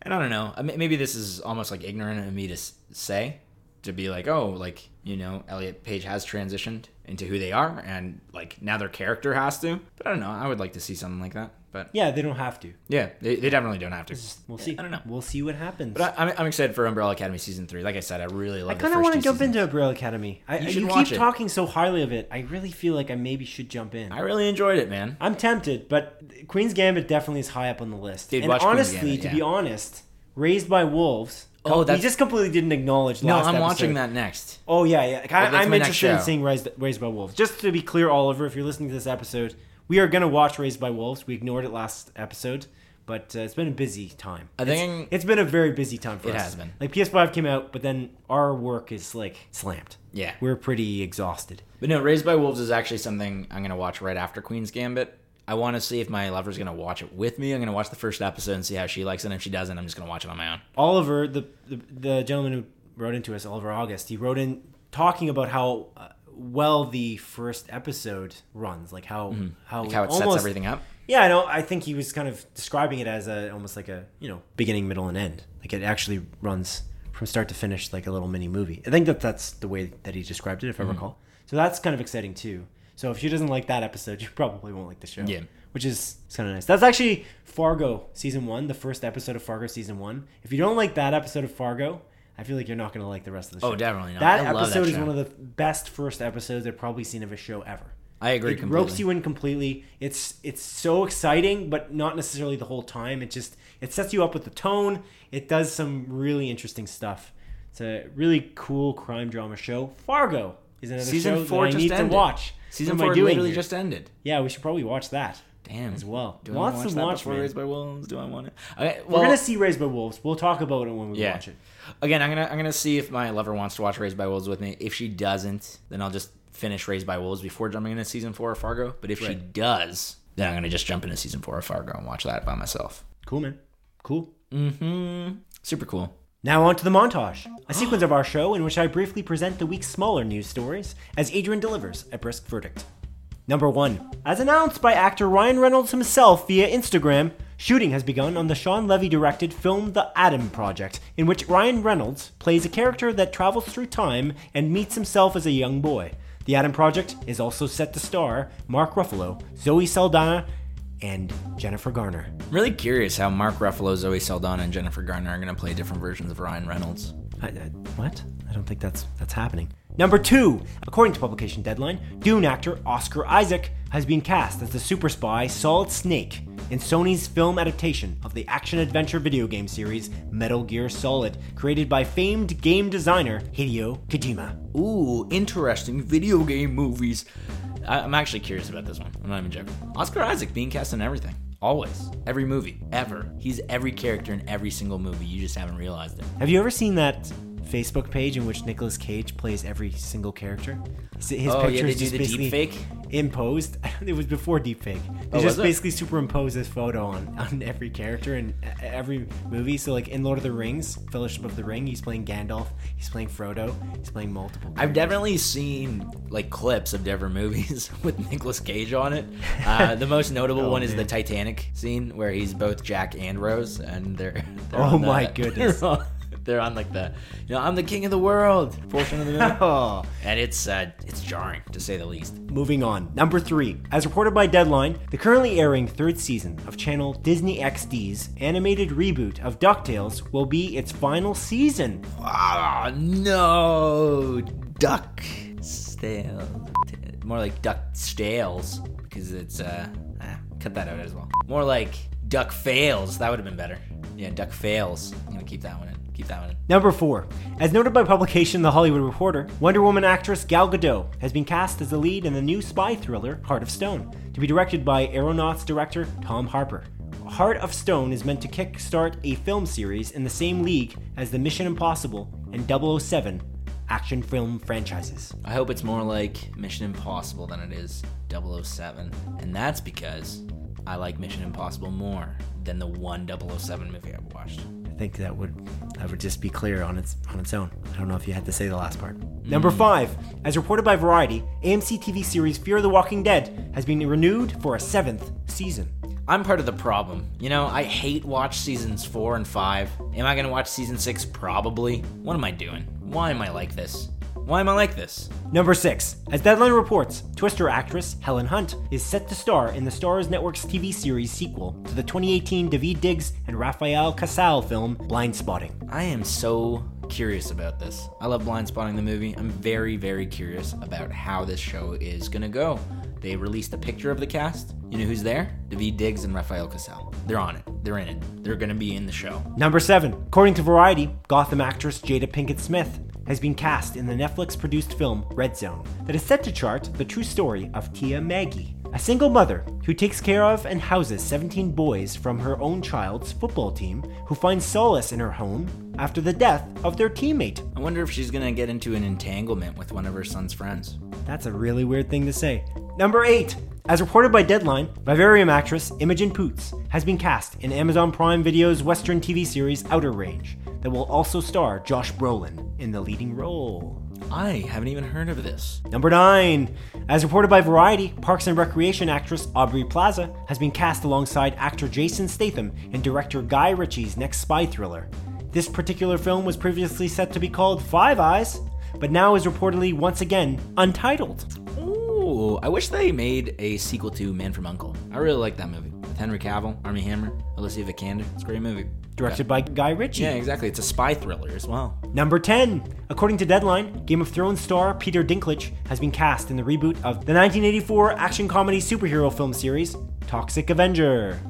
And I don't know. I mean, maybe this is almost like ignorant of me to s- say, to be like, oh, like you know, Elliot Page has transitioned into who they are, and like now their character has to. But I don't know. I would like to see something like that. But
Yeah, they don't have to.
yeah, they, they definitely don't have to.
We'll see.
I don't know.
We'll see what happens.
But I, I'm, I'm excited for Umbrella Academy season three. Like I said, I really love.
I kind of want to jump into Umbrella Academy. I, you
should
keep
watch it.
talking so highly of it. I really feel like I maybe should jump in.
I really enjoyed it, man.
I'm tempted, but Queen's Gambit definitely is high up on the list.
Dude,
and
watch Queen's
honestly,
Gambit,
to
yeah.
be honest, Raised by Wolves.
Oh,
com- we
that's-
just completely didn't acknowledge.
No,
last
I'm
episode.
watching that next.
Oh yeah, yeah. Like, I,
Well, that's
I'm
my next
interested in
show.
seeing Raised, Raised by Wolves. Just to be clear, Oliver, if you're listening to this episode, we are gonna watch Raised by Wolves. We ignored it last episode, but uh, it's been a busy time.
I
It's-
think-
it's been a very busy time for
It
us.
has been.
Like PS5 came out, but then our work is like slammed.
Yeah.
we're pretty exhausted.
But no, Raised by Wolves is actually something I'm gonna watch right after Queen's Gambit. I want to see if my lover's gonna watch it with me. I'm gonna watch the first episode and see how she likes it. And if she doesn't, I'm just gonna watch it on my own.
Oliver, the, the the gentleman who wrote into us, Oliver August, he wrote in talking about how uh, well the first episode runs, like how how
Mm-hmm. Like how it sets
almost-
everything up.
Yeah, I know. I think he was kind of describing it as a almost like a you know beginning, middle, and end. Like it actually runs from start to finish, like a little mini movie. I think that that's the way that he described it, if
Mm-hmm.
I recall. So that's kind of exciting too. So if she doesn't like that episode, you probably won't like the show.
Yeah.
which is it's kind of nice. That's actually Fargo season one, the first episode of Fargo season one. If you don't like that episode of Fargo. I feel like you're not going to like the rest of the show.
Oh, definitely not.
That
I love that
episode is
show.
one of the best first episodes I've probably seen of a show ever
I agree
it
completely.
ropes you in completely. It's it's so exciting, but not necessarily the whole time. It just it sets you up with the tone. It does some really interesting stuff. It's a really cool crime drama show. Fargo is another
Season
show
four
that I
just
need
ended.
to watch.
Season
What am
four
I doing
literally
here?
just ended.
yeah. We should probably watch that.
Damn.
As well.
Do
Lots
I watch
to
that
watch,
before
man.
Raised by Wolves? Do I want it? Okay,
We're
well-
gonna see Raised by Wolves. We'll talk about it when we
Yeah.
watch it.
Again, I'm gonna I'm gonna see if my lover wants to watch Raised by Wolves with me. If she doesn't, then I'll just finish Raised by Wolves before jumping into season four of Fargo. But if she
Right.
does, then I'm gonna just jump into season four of Fargo and watch that by myself.
Cool, man. Cool.
Mm-hmm. Super cool.
Now on to the montage, a sequence of our show in which I briefly present the week's smaller news stories as Adrian delivers a brisk verdict. Number one, as announced by actor Ryan Reynolds himself via Instagram, shooting has begun on the Sean Levy directed film The Atom Project, in which Ryan Reynolds plays a character that travels through time and meets himself as a young boy. The Adam Project is also set to star Mark Ruffalo, Zoe Saldana, and Jennifer Garner.
I'm really curious how Mark Ruffalo, Zoe Saldana, and Jennifer Garner are going to play different versions of Ryan Reynolds.
I, I, what? I don't think that's that's happening. Number two, according to publication deadline, Dune actor Oscar Isaac has been cast as the super spy Solid Snake in Sony's film adaptation of the action-adventure video game series Metal Gear Solid, created by famed game designer Hideo Kojima.
Ooh, interesting video game movies. I, I'm actually curious about this one. I'm not even joking. Oscar Isaac being cast in everything. Always. Every movie. Ever. He's every character in every single movie. You just haven't realized it.
Have you ever seen that Facebook page in which Nicolas Cage plays every single character? His, his
Oh, yeah,
picture
they
is
do
just
the
basically
deepfake?
imposed. It was before deepfake. They
Oh, was
just
it?
basically superimpose his photo on, on every character in e- every movie. So like in Lord of the Rings, Fellowship of the Ring, he's playing Gandalf, he's playing Frodo, he's playing multiple.
I've
characters.
definitely seen like clips of different movies with Nicolas Cage on it. Uh, the most notable one is the
Oh, man.
Titanic scene where he's both Jack and Rose, and they're, they're
Oh
on
my
the-
goodness.
they're on, they're on, like the you know I'm the king of the world portion of the movie,
Oh.
and it's uh, it's jarring to say the least.
Moving on. Number three. As reported by Deadline, the currently airing third season of Channel Disney XD's animated reboot of DuckTales will be its final season.
Ah no, duck stale. More like duck stales because it's uh ah, cut that out as well. More like duck fails. That would have been better. Yeah, duck fails. I'm gonna keep that one in. Keep that one in.
Number four. As noted by publication The Hollywood Reporter, Wonder Woman actress Gal Gadot has been cast as the lead in the new spy thriller Heart of Stone, to be directed by Aeronauts director Tom Harper. Heart of Stone is meant to kickstart a film series in the same league as the Mission Impossible and 007 action film franchises.
I hope it's more like Mission Impossible than it is 007. And that's because I like Mission Impossible more than the one 007 movie I've watched.
I think that would that would just be clear on its on its own. I don't know if you had to say the last part. Number five, as reported by Variety, AMC TV series Fear the Walking Dead has been renewed for a seventh season.
I'm part of the problem. You know, I hate watch seasons four and five. Am I gonna watch season six? Probably. What am I doing? Why am I like this? Why am I like this?
Number six, as Deadline reports, Twister actress Helen Hunt is set to star in the Stars Network's TV series sequel to the 2018 David Diggs and Rafael Casal film Blind Spotting.
I am so curious about this. I love blind spotting the movie. I'm very, very curious about how this show is gonna go. They released a picture of the cast. You know who's there? David Diggs and Rafael Casal. They're on it. They're in it. They're gonna be in the show.
Number 7. According to Variety, Gotham actress Jada Pinkett Smith has been cast in the Netflix produced film Red Zone that is set to chart the true story of Tia Maggie, a single mother who takes care of and houses 17 boys from her own child's football team who find solace in her home after the death of their teammate.
I wonder if she's gonna get into an entanglement with one of her son's friends.
That's a really weird thing to say. Number 8. As reported by Deadline, Vivarium actress Imogen Poots has been cast in Amazon Prime Video's Western TV series Outer Range that will also star Josh Brolin in the leading role.
I haven't even heard of this.
Number 9. As reported by Variety, Parks and Recreation actress Aubrey Plaza has been cast alongside actor Jason Statham in director Guy Ritchie's next spy thriller. This particular film was previously set to be called Five Eyes, but now is reportedly once again untitled.
Ooh, I wish they made a sequel to Man from Uncle. I really like that movie with Henry Cavill, Army Hammer, Alicia Vikander. It's a great movie.
directed by Guy Ritchie.
Yeah, exactly. It's a spy thriller as well.
Number 10. According to Deadline, Game of Thrones star Peter Dinklage has been cast in the reboot of the 1984 action comedy superhero film series Toxic Avenger.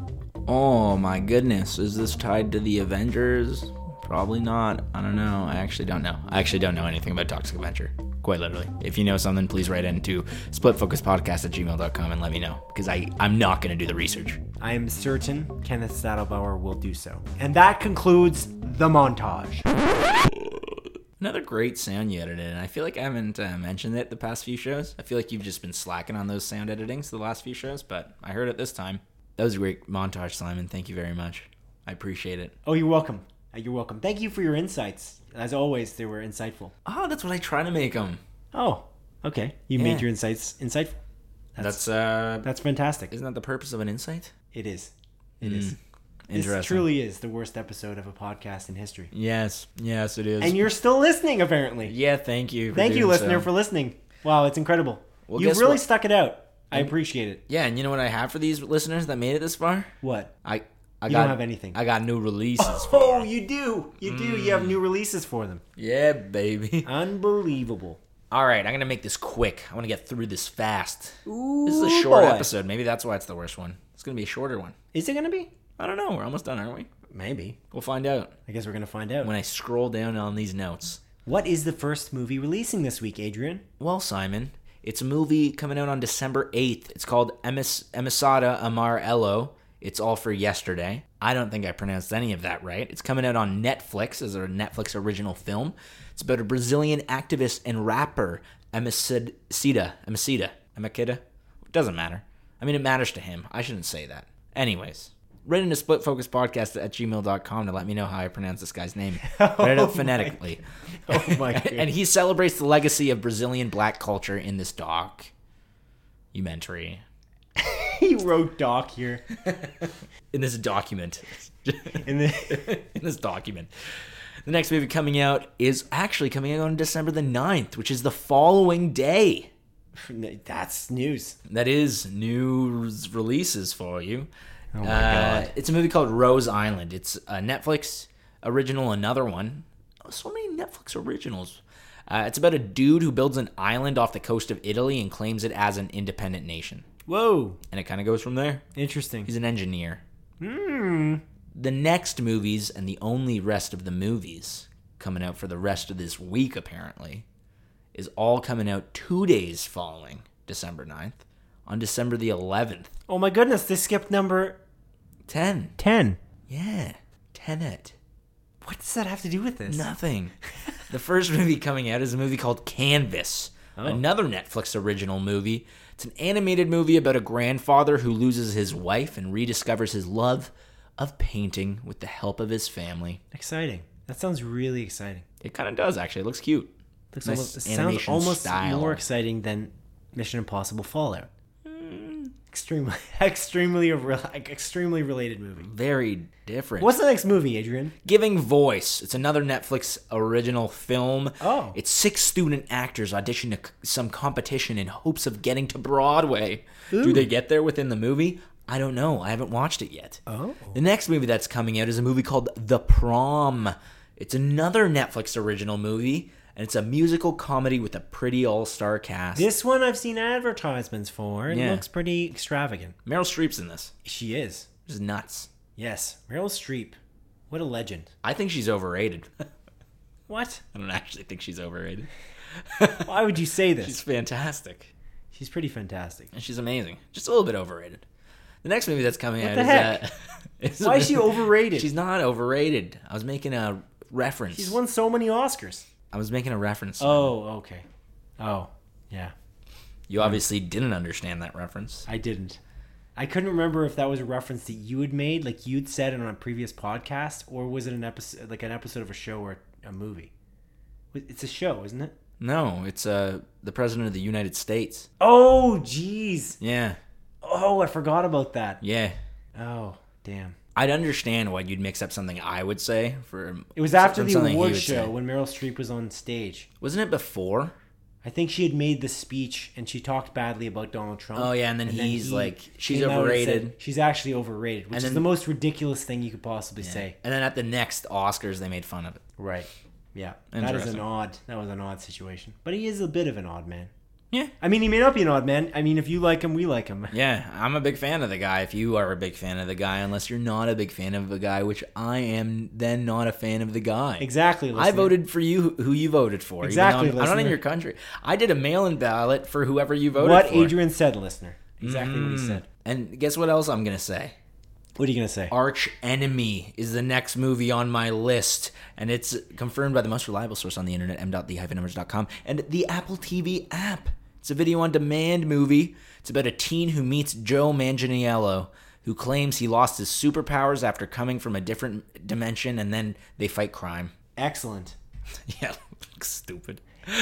Oh my goodness, is this tied to the Avengers? Probably not. I don't know. I actually don't know. I actually don't know anything about Toxic Avenger. Quite literally. If you know something, please write in to splitfocuspodcast at gmail.com and let me know. Because I, I'm not going to do the research.
I am certain Kenneth Saddlebauer will do so. And that concludes the montage.
Another great sound you edited, and I feel like I haven't uh, mentioned it the past few shows. I feel like you've just been slacking on those sound editings the last few shows, but I heard it this time. That was a great montage, Simon. Thank you very much. I appreciate it.
Oh, you're welcome. Uh, You're welcome. Thank you for your insights. As always, they were insightful.
Oh, that's what I try to make them.
Oh, okay. You
Yeah.
made your insights insightful.
That's, uh,
That's fantastic.
isn't that the purpose of an insight?
It is. It is.
Interesting.
This truly is the worst episode of a podcast in history.
Yes, yes, it is.
And you're still listening, apparently.
yeah, thank you. for
Thank you,
doing
listener,
so.
for listening. Wow, it's incredible.
Well,
You've
guess
really
what?
stuck it out. I appreciate it.
Yeah, and you know what I have for these listeners that made it this far?
What?
I I
You
got,
don't have anything.
I Mm. got new releases.
Oh, you do. You do. You have new releases for them.
yeah, baby.
Unbelievable.
All right, I'm gonna make this quick. I want to get through this fast.
Ooh,
This is a short
boy.
episode. Maybe that's why it's the worst one. It's gonna be a shorter one.
Is it going to be?
I don't know. We're almost done, aren't we?
Maybe.
We'll find out
I guess we're going to find out.
when I scroll down on these notes.
What is the first movie releasing this week, Adrian?
Well, Simon, it's a movie coming out on December 8th. It's called Emis- Emisada Amar Elo. It's all for yesterday. I don't think I pronounced any of that right. It's coming out on Netflix as a Netflix original film. It's about a Brazilian activist and rapper, Emicida. Emicida. Emicida? Doesn't matter. I mean, it matters to him. I shouldn't say that. Anyways, write into splitfocuspodcast at gmail.com to let me know how I pronounce this guy's name. Write it
Oh
up
my-
phonetically.
Oh my
and he celebrates the legacy of Brazilian black culture in this doc. Documentary.
he wrote Doc here.
In this document. in
And then,
this document. The next movie coming out is actually coming out on December the 9th, which is the following day.
that's news.
That is news releases for you. Oh my
God.
It's a movie called Rose Island. It's a Netflix original, another one. Oh, so many Netflix originals. Uh, it's about a dude who builds an island off the coast of Italy and claims it as an independent nation.
Whoa.
And it kind of goes from there.
Interesting.
He's an engineer. The next movies and the only rest of the movies coming out for the rest of this week, apparently, is all coming out two days following December 9th. On December the 11th,
Oh my goodness, they skipped number
10.
10.
Yeah, Tenet.
What does that have to do with this?
Nothing. the first movie coming out is a movie called Canvas, another Netflix original movie. It's an animated movie about a grandfather who loses his wife and rediscovers his love of painting with the help of his family.
Exciting. That sounds really exciting.
It kind of does, actually. It looks cute.
Looks
Nice
almost, it sounds
animation
almost
style.
more exciting than Mission Impossible Fallout.
Hmm.
Extremely, extremely, rel- extremely related movie.
Very different.
What's the next movie, Adrian?
Giving Voice. It's another Netflix original film.
Oh.
It's six student actors audition to c- some competition in hopes of getting to Broadway. Do
Ooh.
they get there within the movie? I don't know. I haven't watched it yet.
Oh.
The next movie that's coming out is a movie called The Prom. It's another Netflix original movie, and it's a musical comedy with a pretty all star cast.
This one I've seen advertisements for. It
Yeah.
looks pretty extravagant.
Meryl Streep's in this,
She is.
which is nuts.
Yes. Meryl Streep. What a legend.
I think she's overrated.
What?
I don't actually think she's overrated.
Why would you say this?
She's
She's,
fantastic.
pretty fantastic.
And she's amazing. Just a little bit overrated. The next movie that's coming out
the
is
heck?
uh, is
Why is she overrated?
She's
She's,
not overrated. I was making a reference.
won so many Oscars.
I was making a reference.
Oh, okay. Oh, yeah.
you obviously didn't understand that reference.
I didn't. I couldn't remember if that was a reference that you had made, like you'd said it on a previous podcast, or was it an episode, like an episode of a show or a movie? It's a show, isn't it?
No, it's uh the president of the United States.
Oh, jeez.
Yeah,
Oh, I forgot about that.
yeah.
Oh, damn.
I'd understand why you'd mix up something I would say for.
It was after
from
the
something he
award
would
show
say.
when Meryl Streep was on stage.
Wasn't it before?
I think she had made the speech and she talked badly about Donald Trump.
Oh, yeah, and then he's like, "She's
came out and said,
overrated."
she's actually overrated, which
And
is
then-
the most ridiculous thing you could possibly say.
And then at the next Oscars, they made fun of it.
Right. Yeah. That is an
Interesting.
odd. That was an odd situation. But he is a bit of an odd man.
Yeah.
I mean, he may not be an odd man. I mean, if you like him, we like him.
Yeah, I'm a big fan of the guy. If you are a big fan of the guy, unless you're not a big fan of the guy, which I am, then not a fan of the guy.
Exactly.
I
listener.
voted for you, who you voted for. even though
Exactly,
I'm, I'm not in
listener.
your country. I did a mail-in ballot for whoever you voted
what
for. Mm.
Adrian said, listener. Exactly what he said.
And guess what else I'm gonna say?
What are you gonna say?
Arch Enemy is the next movie on my list, and it's confirmed by the most reliable source on the internet, m.the-numbers.com, and the Apple TV app. It's a video on demand movie. It's about a teen who meets Joe Manganiello, who claims he lost his superpowers after coming from a different dimension, and then they fight crime.
Excellent.
Yeah, stupid.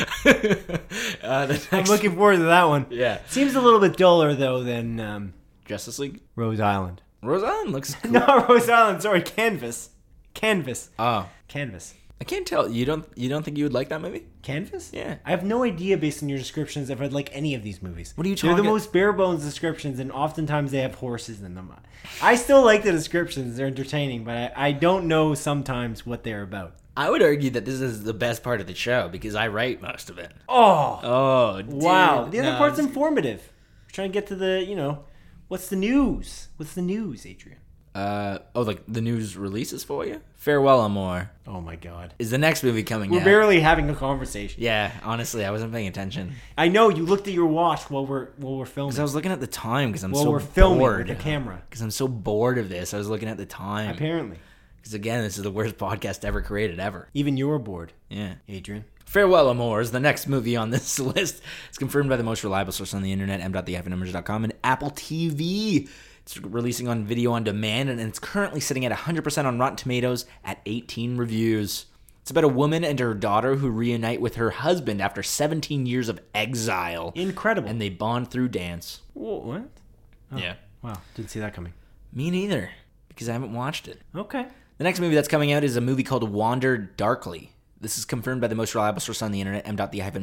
uh, the
I'm
next
looking forward to that one.
Yeah.
Seems a little bit duller though than um,
Justice League.
Rose Island.
Roseanne looks cool.
Not Rose Island. Sorry, Canvas. Canvas.
Oh,
Canvas.
I can't tell. You don't you don't think you would like that movie?
Canvas?
Yeah.
I have no idea based on your descriptions if I'd like any of these movies.
What are you
They're
talking-
the most bare bones descriptions, and oftentimes they have horses in them. I still like the descriptions; they're entertaining, but I, I don't know sometimes what they're about.
I would argue that this is the best part of the show because I write most of it.
Oh,
Oh,
wow!
dude.
The other
No,
part's
I'm-
informative. We're trying to get to the you know, what's the news? What's the news, Adrian?
uh oh, like the news releases for you. Farewell, Amor
Oh my God!
is the next movie coming
We're
out.
barely having a conversation.
yeah, honestly, I wasn't paying attention
I know you looked at your watch while we're while we're filming.
because I was looking at the time because I'm
while
so
we're filming
bored.
with the camera.
because I'm so bored of this. I was looking at the time
Apparently,
because again, this is the worst podcast ever created ever.
even you were bored,
Yeah.
Adrian.
Farewell Amor is the next movie on this list. It's confirmed by the most reliable source on the internet, m.the-numbers.com and Apple TV. It's releasing on video on demand, and it's currently sitting at 100% on Rotten Tomatoes at 18 reviews. It's about a woman and her daughter who reunite with her husband after 17 years of exile,
Incredible.
and they bond through dance.
Wha- What? Oh,
Yeah.
Wow, didn't see that coming.
Me neither, because I haven't watched it.
Okay.
The next movie that's coming out is a movie called Wander Darkly. This is confirmed by the most reliable source on the internet,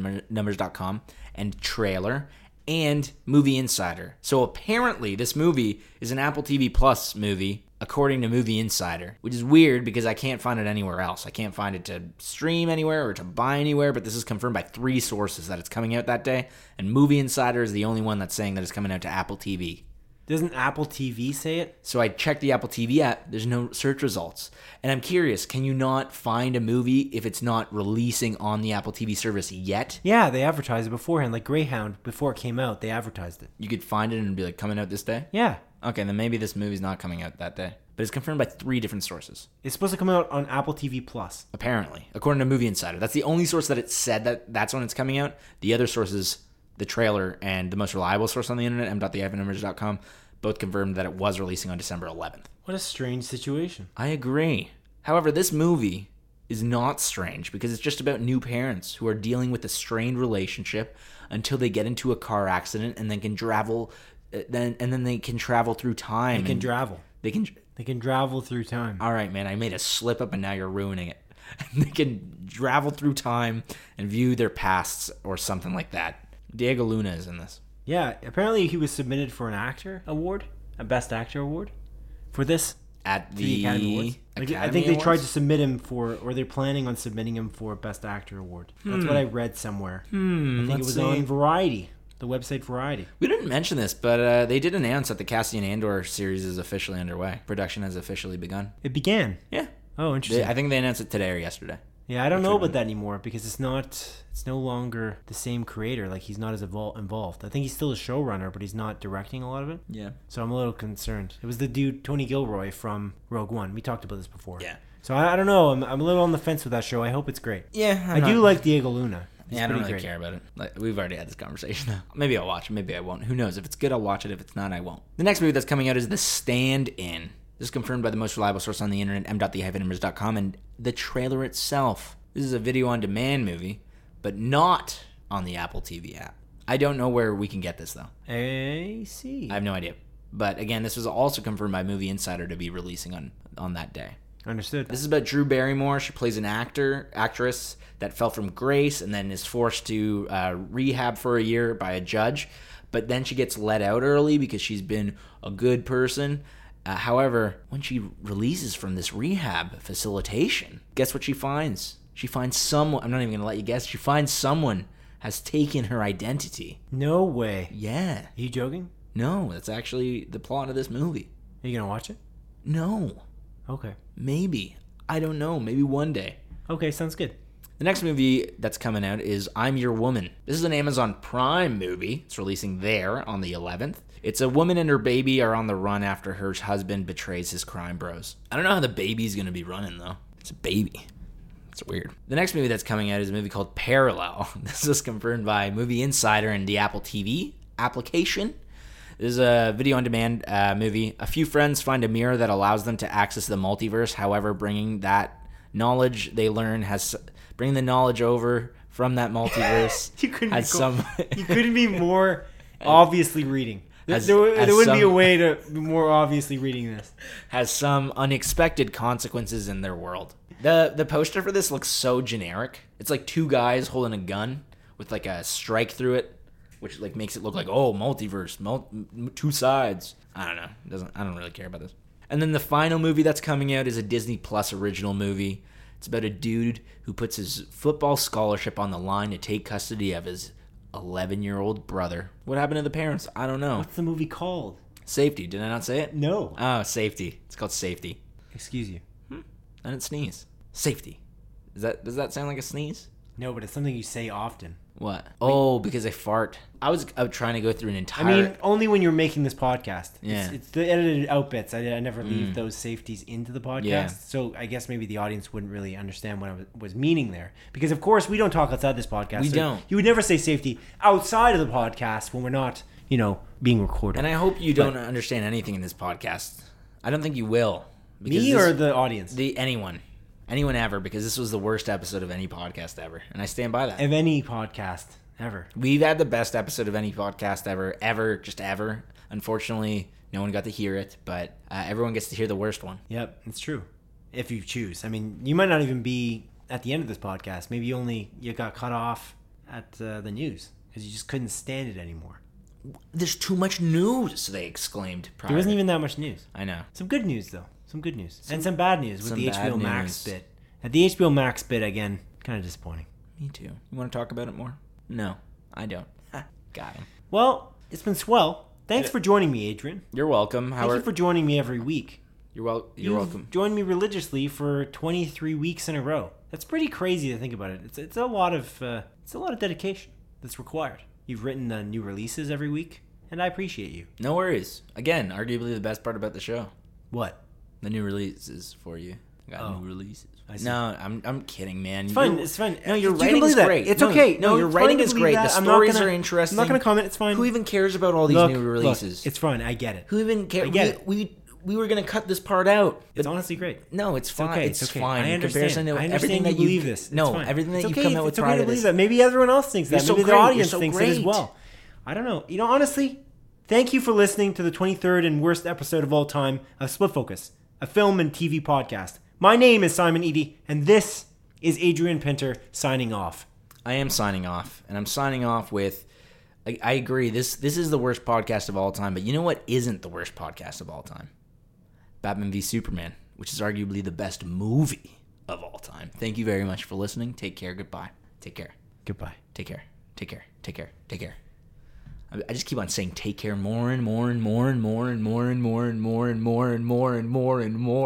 m.the-numbers.com, and trailer and Movie Insider. So apparently, this movie is an Apple TV Plus movie, according to Movie Insider, which is weird because I can't find it anywhere else. I can't find it to stream anywhere or to buy anywhere, but this is confirmed by three sources that it's coming out that day, and Movie Insider is the only one that's saying that it's coming out to Apple TV.
Doesn't Apple TV say it?
So I checked the Apple TV app. There's no search results. And I'm curious, can you not find a movie if it's not releasing on the Apple TV service yet?
Yeah, they advertised it beforehand, like Greyhound. Before it came out, they advertised it.
You could find it and be like, coming out this day?
Yeah,
Okay, then maybe this movie's not coming out that day. But it's confirmed by three different sources,
it's supposed to come out on Apple TV Plus.
apparently, according to Movie Insider. That's the only source that it said that that's when it's coming out. The other sources, the trailer and the most reliable source on the internet, m.theavenumbers.com, both confirmed that it was releasing on December 11th.
What a strange situation.
I agree. However, this movie is not strange because it's just about new parents who are dealing with a strained relationship until they get into a car accident and then can travel uh, then and then they can travel through time.
They can
and
travel.
They can
They can travel through time.
All right, man, I made a slip up and now you're ruining it. they can travel through time and view their pasts or something like that. Diego Luna is in this.
Yeah, apparently he was submitted for an actor award, a Best Actor award, for this.
At
to
the,
the Academy Awards. Like, I
Academy
think they tried to
Awards?
submit him for, or they're planning on submitting him for Best Actor award. That's
Hmm.
what I read somewhere. I think it
let's
was
see.
on Variety, the website Variety.
We didn't mention this, but uh, they did announce that the Cassian Andor series is officially underway. Production has officially begun.
It began.
Yeah.
Oh,
They,
interesting.
I think they announced it today or yesterday.
Yeah, I don't know about that anymore because it's not it's no longer the same creator. Like he's not as evol- involved. I think he's still a showrunner, but he's not directing a lot of it.
Yeah.
So I'm a little concerned. It was the dude Tony Gilroy from Rogue One. We talked about this before.
Yeah.
So I, I don't know. I'm, I'm a little on the fence with that show. I hope it's great.
Yeah.
I do like Diego Luna. He's
Yeah, I don't
pretty great.
really care about it. Like, we've already had this conversation. Though. Maybe I'll watch it. Maybe I won't. Who knows? If it's good, I'll watch it. If it's not, I won't. The next movie that's coming out is The Stand In. This is confirmed by the most reliable source on the internet, m.the-numbers.com, and the trailer itself. This is a video on demand movie, but not on the Apple TV app. I don't know where we can get this though.
I see.
I have no idea. But again, this was also confirmed by Movie Insider to be releasing on on that day.
Understood.
This is about Drew Barrymore. She plays an actor, actress that fell from grace and then is forced to uh, rehab for a year by a judge. But then she gets let out early because she's been a good person. Uh, however, when she releases from this rehab facilitation, guess what she finds? She finds someone. I'm not even going to let you guess. She finds someone has taken her identity.
no way.
Yeah.
Are you joking?
No, that's actually the plot of this movie.
Are you gonna watch it?
No.
Okay.
Maybe. I don't know. Maybe one day.
Okay, sounds good.
The next movie that's coming out is I'm Your Woman. This is an Amazon Prime movie. It's releasing there on the 11th. It's a woman and her baby are on the run after her husband betrays his crime bros. I don't know how the baby's going to be running, though. It's a baby. It's weird. The next movie that's coming out is a movie called Parallel. This was confirmed by Movie Insider and the Apple TV application. This is a video on demand uh, movie. A few friends find a mirror that allows them to access the multiverse. However, bringing that knowledge they learn has bring the knowledge over from that multiverse
You couldn't
has
go-
some
You couldn't be more obviously reading. There,
As-
there would-
as
there wouldn't be a
some-
way to be more obviously reading this.
has some unexpected consequences in their world. The the poster for this looks so generic. It's like two guys holding a gun with like a strike through it, which like makes it look like oh multiverse, mul- m- two sides. I don't know. It doesn't I don't really care about this. And then the final movie that's coming out is a Disney Plus original movie. It's about a dude who puts his football scholarship on the line to take custody of his 11 year old brother. What happened to the parents? I don't know.
What's the movie called?
Safety. Did I not say it?
No.
Oh, safety. It's called safety.
Excuse you.
I didn't sneeze. Safety. Is that does that sound like a sneeze?
No, but it's something you say often.
What? Oh, because I fart. I was I was trying to go through an
I
entire.
mean, only when you're making this podcast. It's,
Yeah. Mm.
it's the edited out bits. I, I never leave those safeties into the podcast.
Yeah.
So I guess maybe the audience wouldn't really understand what I was, was meaning there. Because, of course, we don't talk outside this podcast.
We
so
don't.
You would never say safety outside of the podcast when we're not, you know, being recorded.
and I hope you don't understand anything in this podcast. I don't think you will. because
Me
this-
or the audience?
the anyone, anyone ever? Because this was the worst episode of any podcast ever, and I stand by that.
of any podcast ever.
We've had the best episode of any podcast ever, ever, just ever. Unfortunately, no one got to hear it, but uh, everyone gets to hear the worst one.
Yep, it's true. If you choose, I mean, you might not even be at the end of this podcast. Maybe you only you got cut off at uh, the news because you just couldn't stand it anymore.
There's too much news, they exclaimed. Prior.
There wasn't even that much news.
I know.
Some good news though. Some good news and some bad news with
some
the
bad
HBO Max
news.
bit. At the HBO Max bit again, kind of disappointing.
Me too. You want to talk about it more? No, I don't. Got him.
Well, it's been swell. Thanks for joining me, Adrian.
You're welcome.
Thank
Howard.
you for joining me every week.
you're wel- You're
You've
welcome.
Joined me religiously for 23 weeks in a row. That's pretty crazy to think about it. It's, it's a lot of uh, it's a lot of dedication that's required. You've written the new releases every week, and I appreciate you.
No worries. Again, arguably the best part about the show,
What?
the new releases for you. I got
Oh.
new releases.
I see.
No, I'm I'm kidding, man.
It's fine.
You-
It's fine.
No, your
You can
writing is
believe that.
great.
It's
No,
okay.
No,
No,
your
it's fine
writing
to
is
believe
great. The
that. I'm not
stories
gonna-
are interesting.
I'm not gonna comment. It's fine.
Who even cares about all these
Look,
new
look,
releases?
it's fine. I get it.
Who even cares?
I get
we, we we were gonna cut this part out.
It's honestly great.
No, it's fine.
okay,
It's,
it's okay.
fine.
I
in comparison
understand.
to
I understand
everything
you
that
believe
you,
this. It's
No,
fine.
everything that
It's
you
okay.
come out with
It's
prior
okay to
to
believe
this.
that. Maybe everyone else thinks
You're
that.
so
Maybe the
great. You're
audience
so
thinks it as
great.
well. I don't know. You know, honestly, thank you for listening to the 23rd and worst episode of all time of Split Focus, a film and TV podcast. My name is Simon Eady, and this is Adrian Pinter signing off.
I am signing off, and I'm signing off with. I, I agree. This this is the worst podcast of all time. But you know what isn't the worst podcast of all time? Batman v Superman, which is arguably the best movie of all time. Thank you very much for listening. Take care. Goodbye. Take care.
Goodbye.
Take care. Take care. Take care. Take care. I, I just keep on saying take care more and more and more and more and more and more and more and more and more and more and more.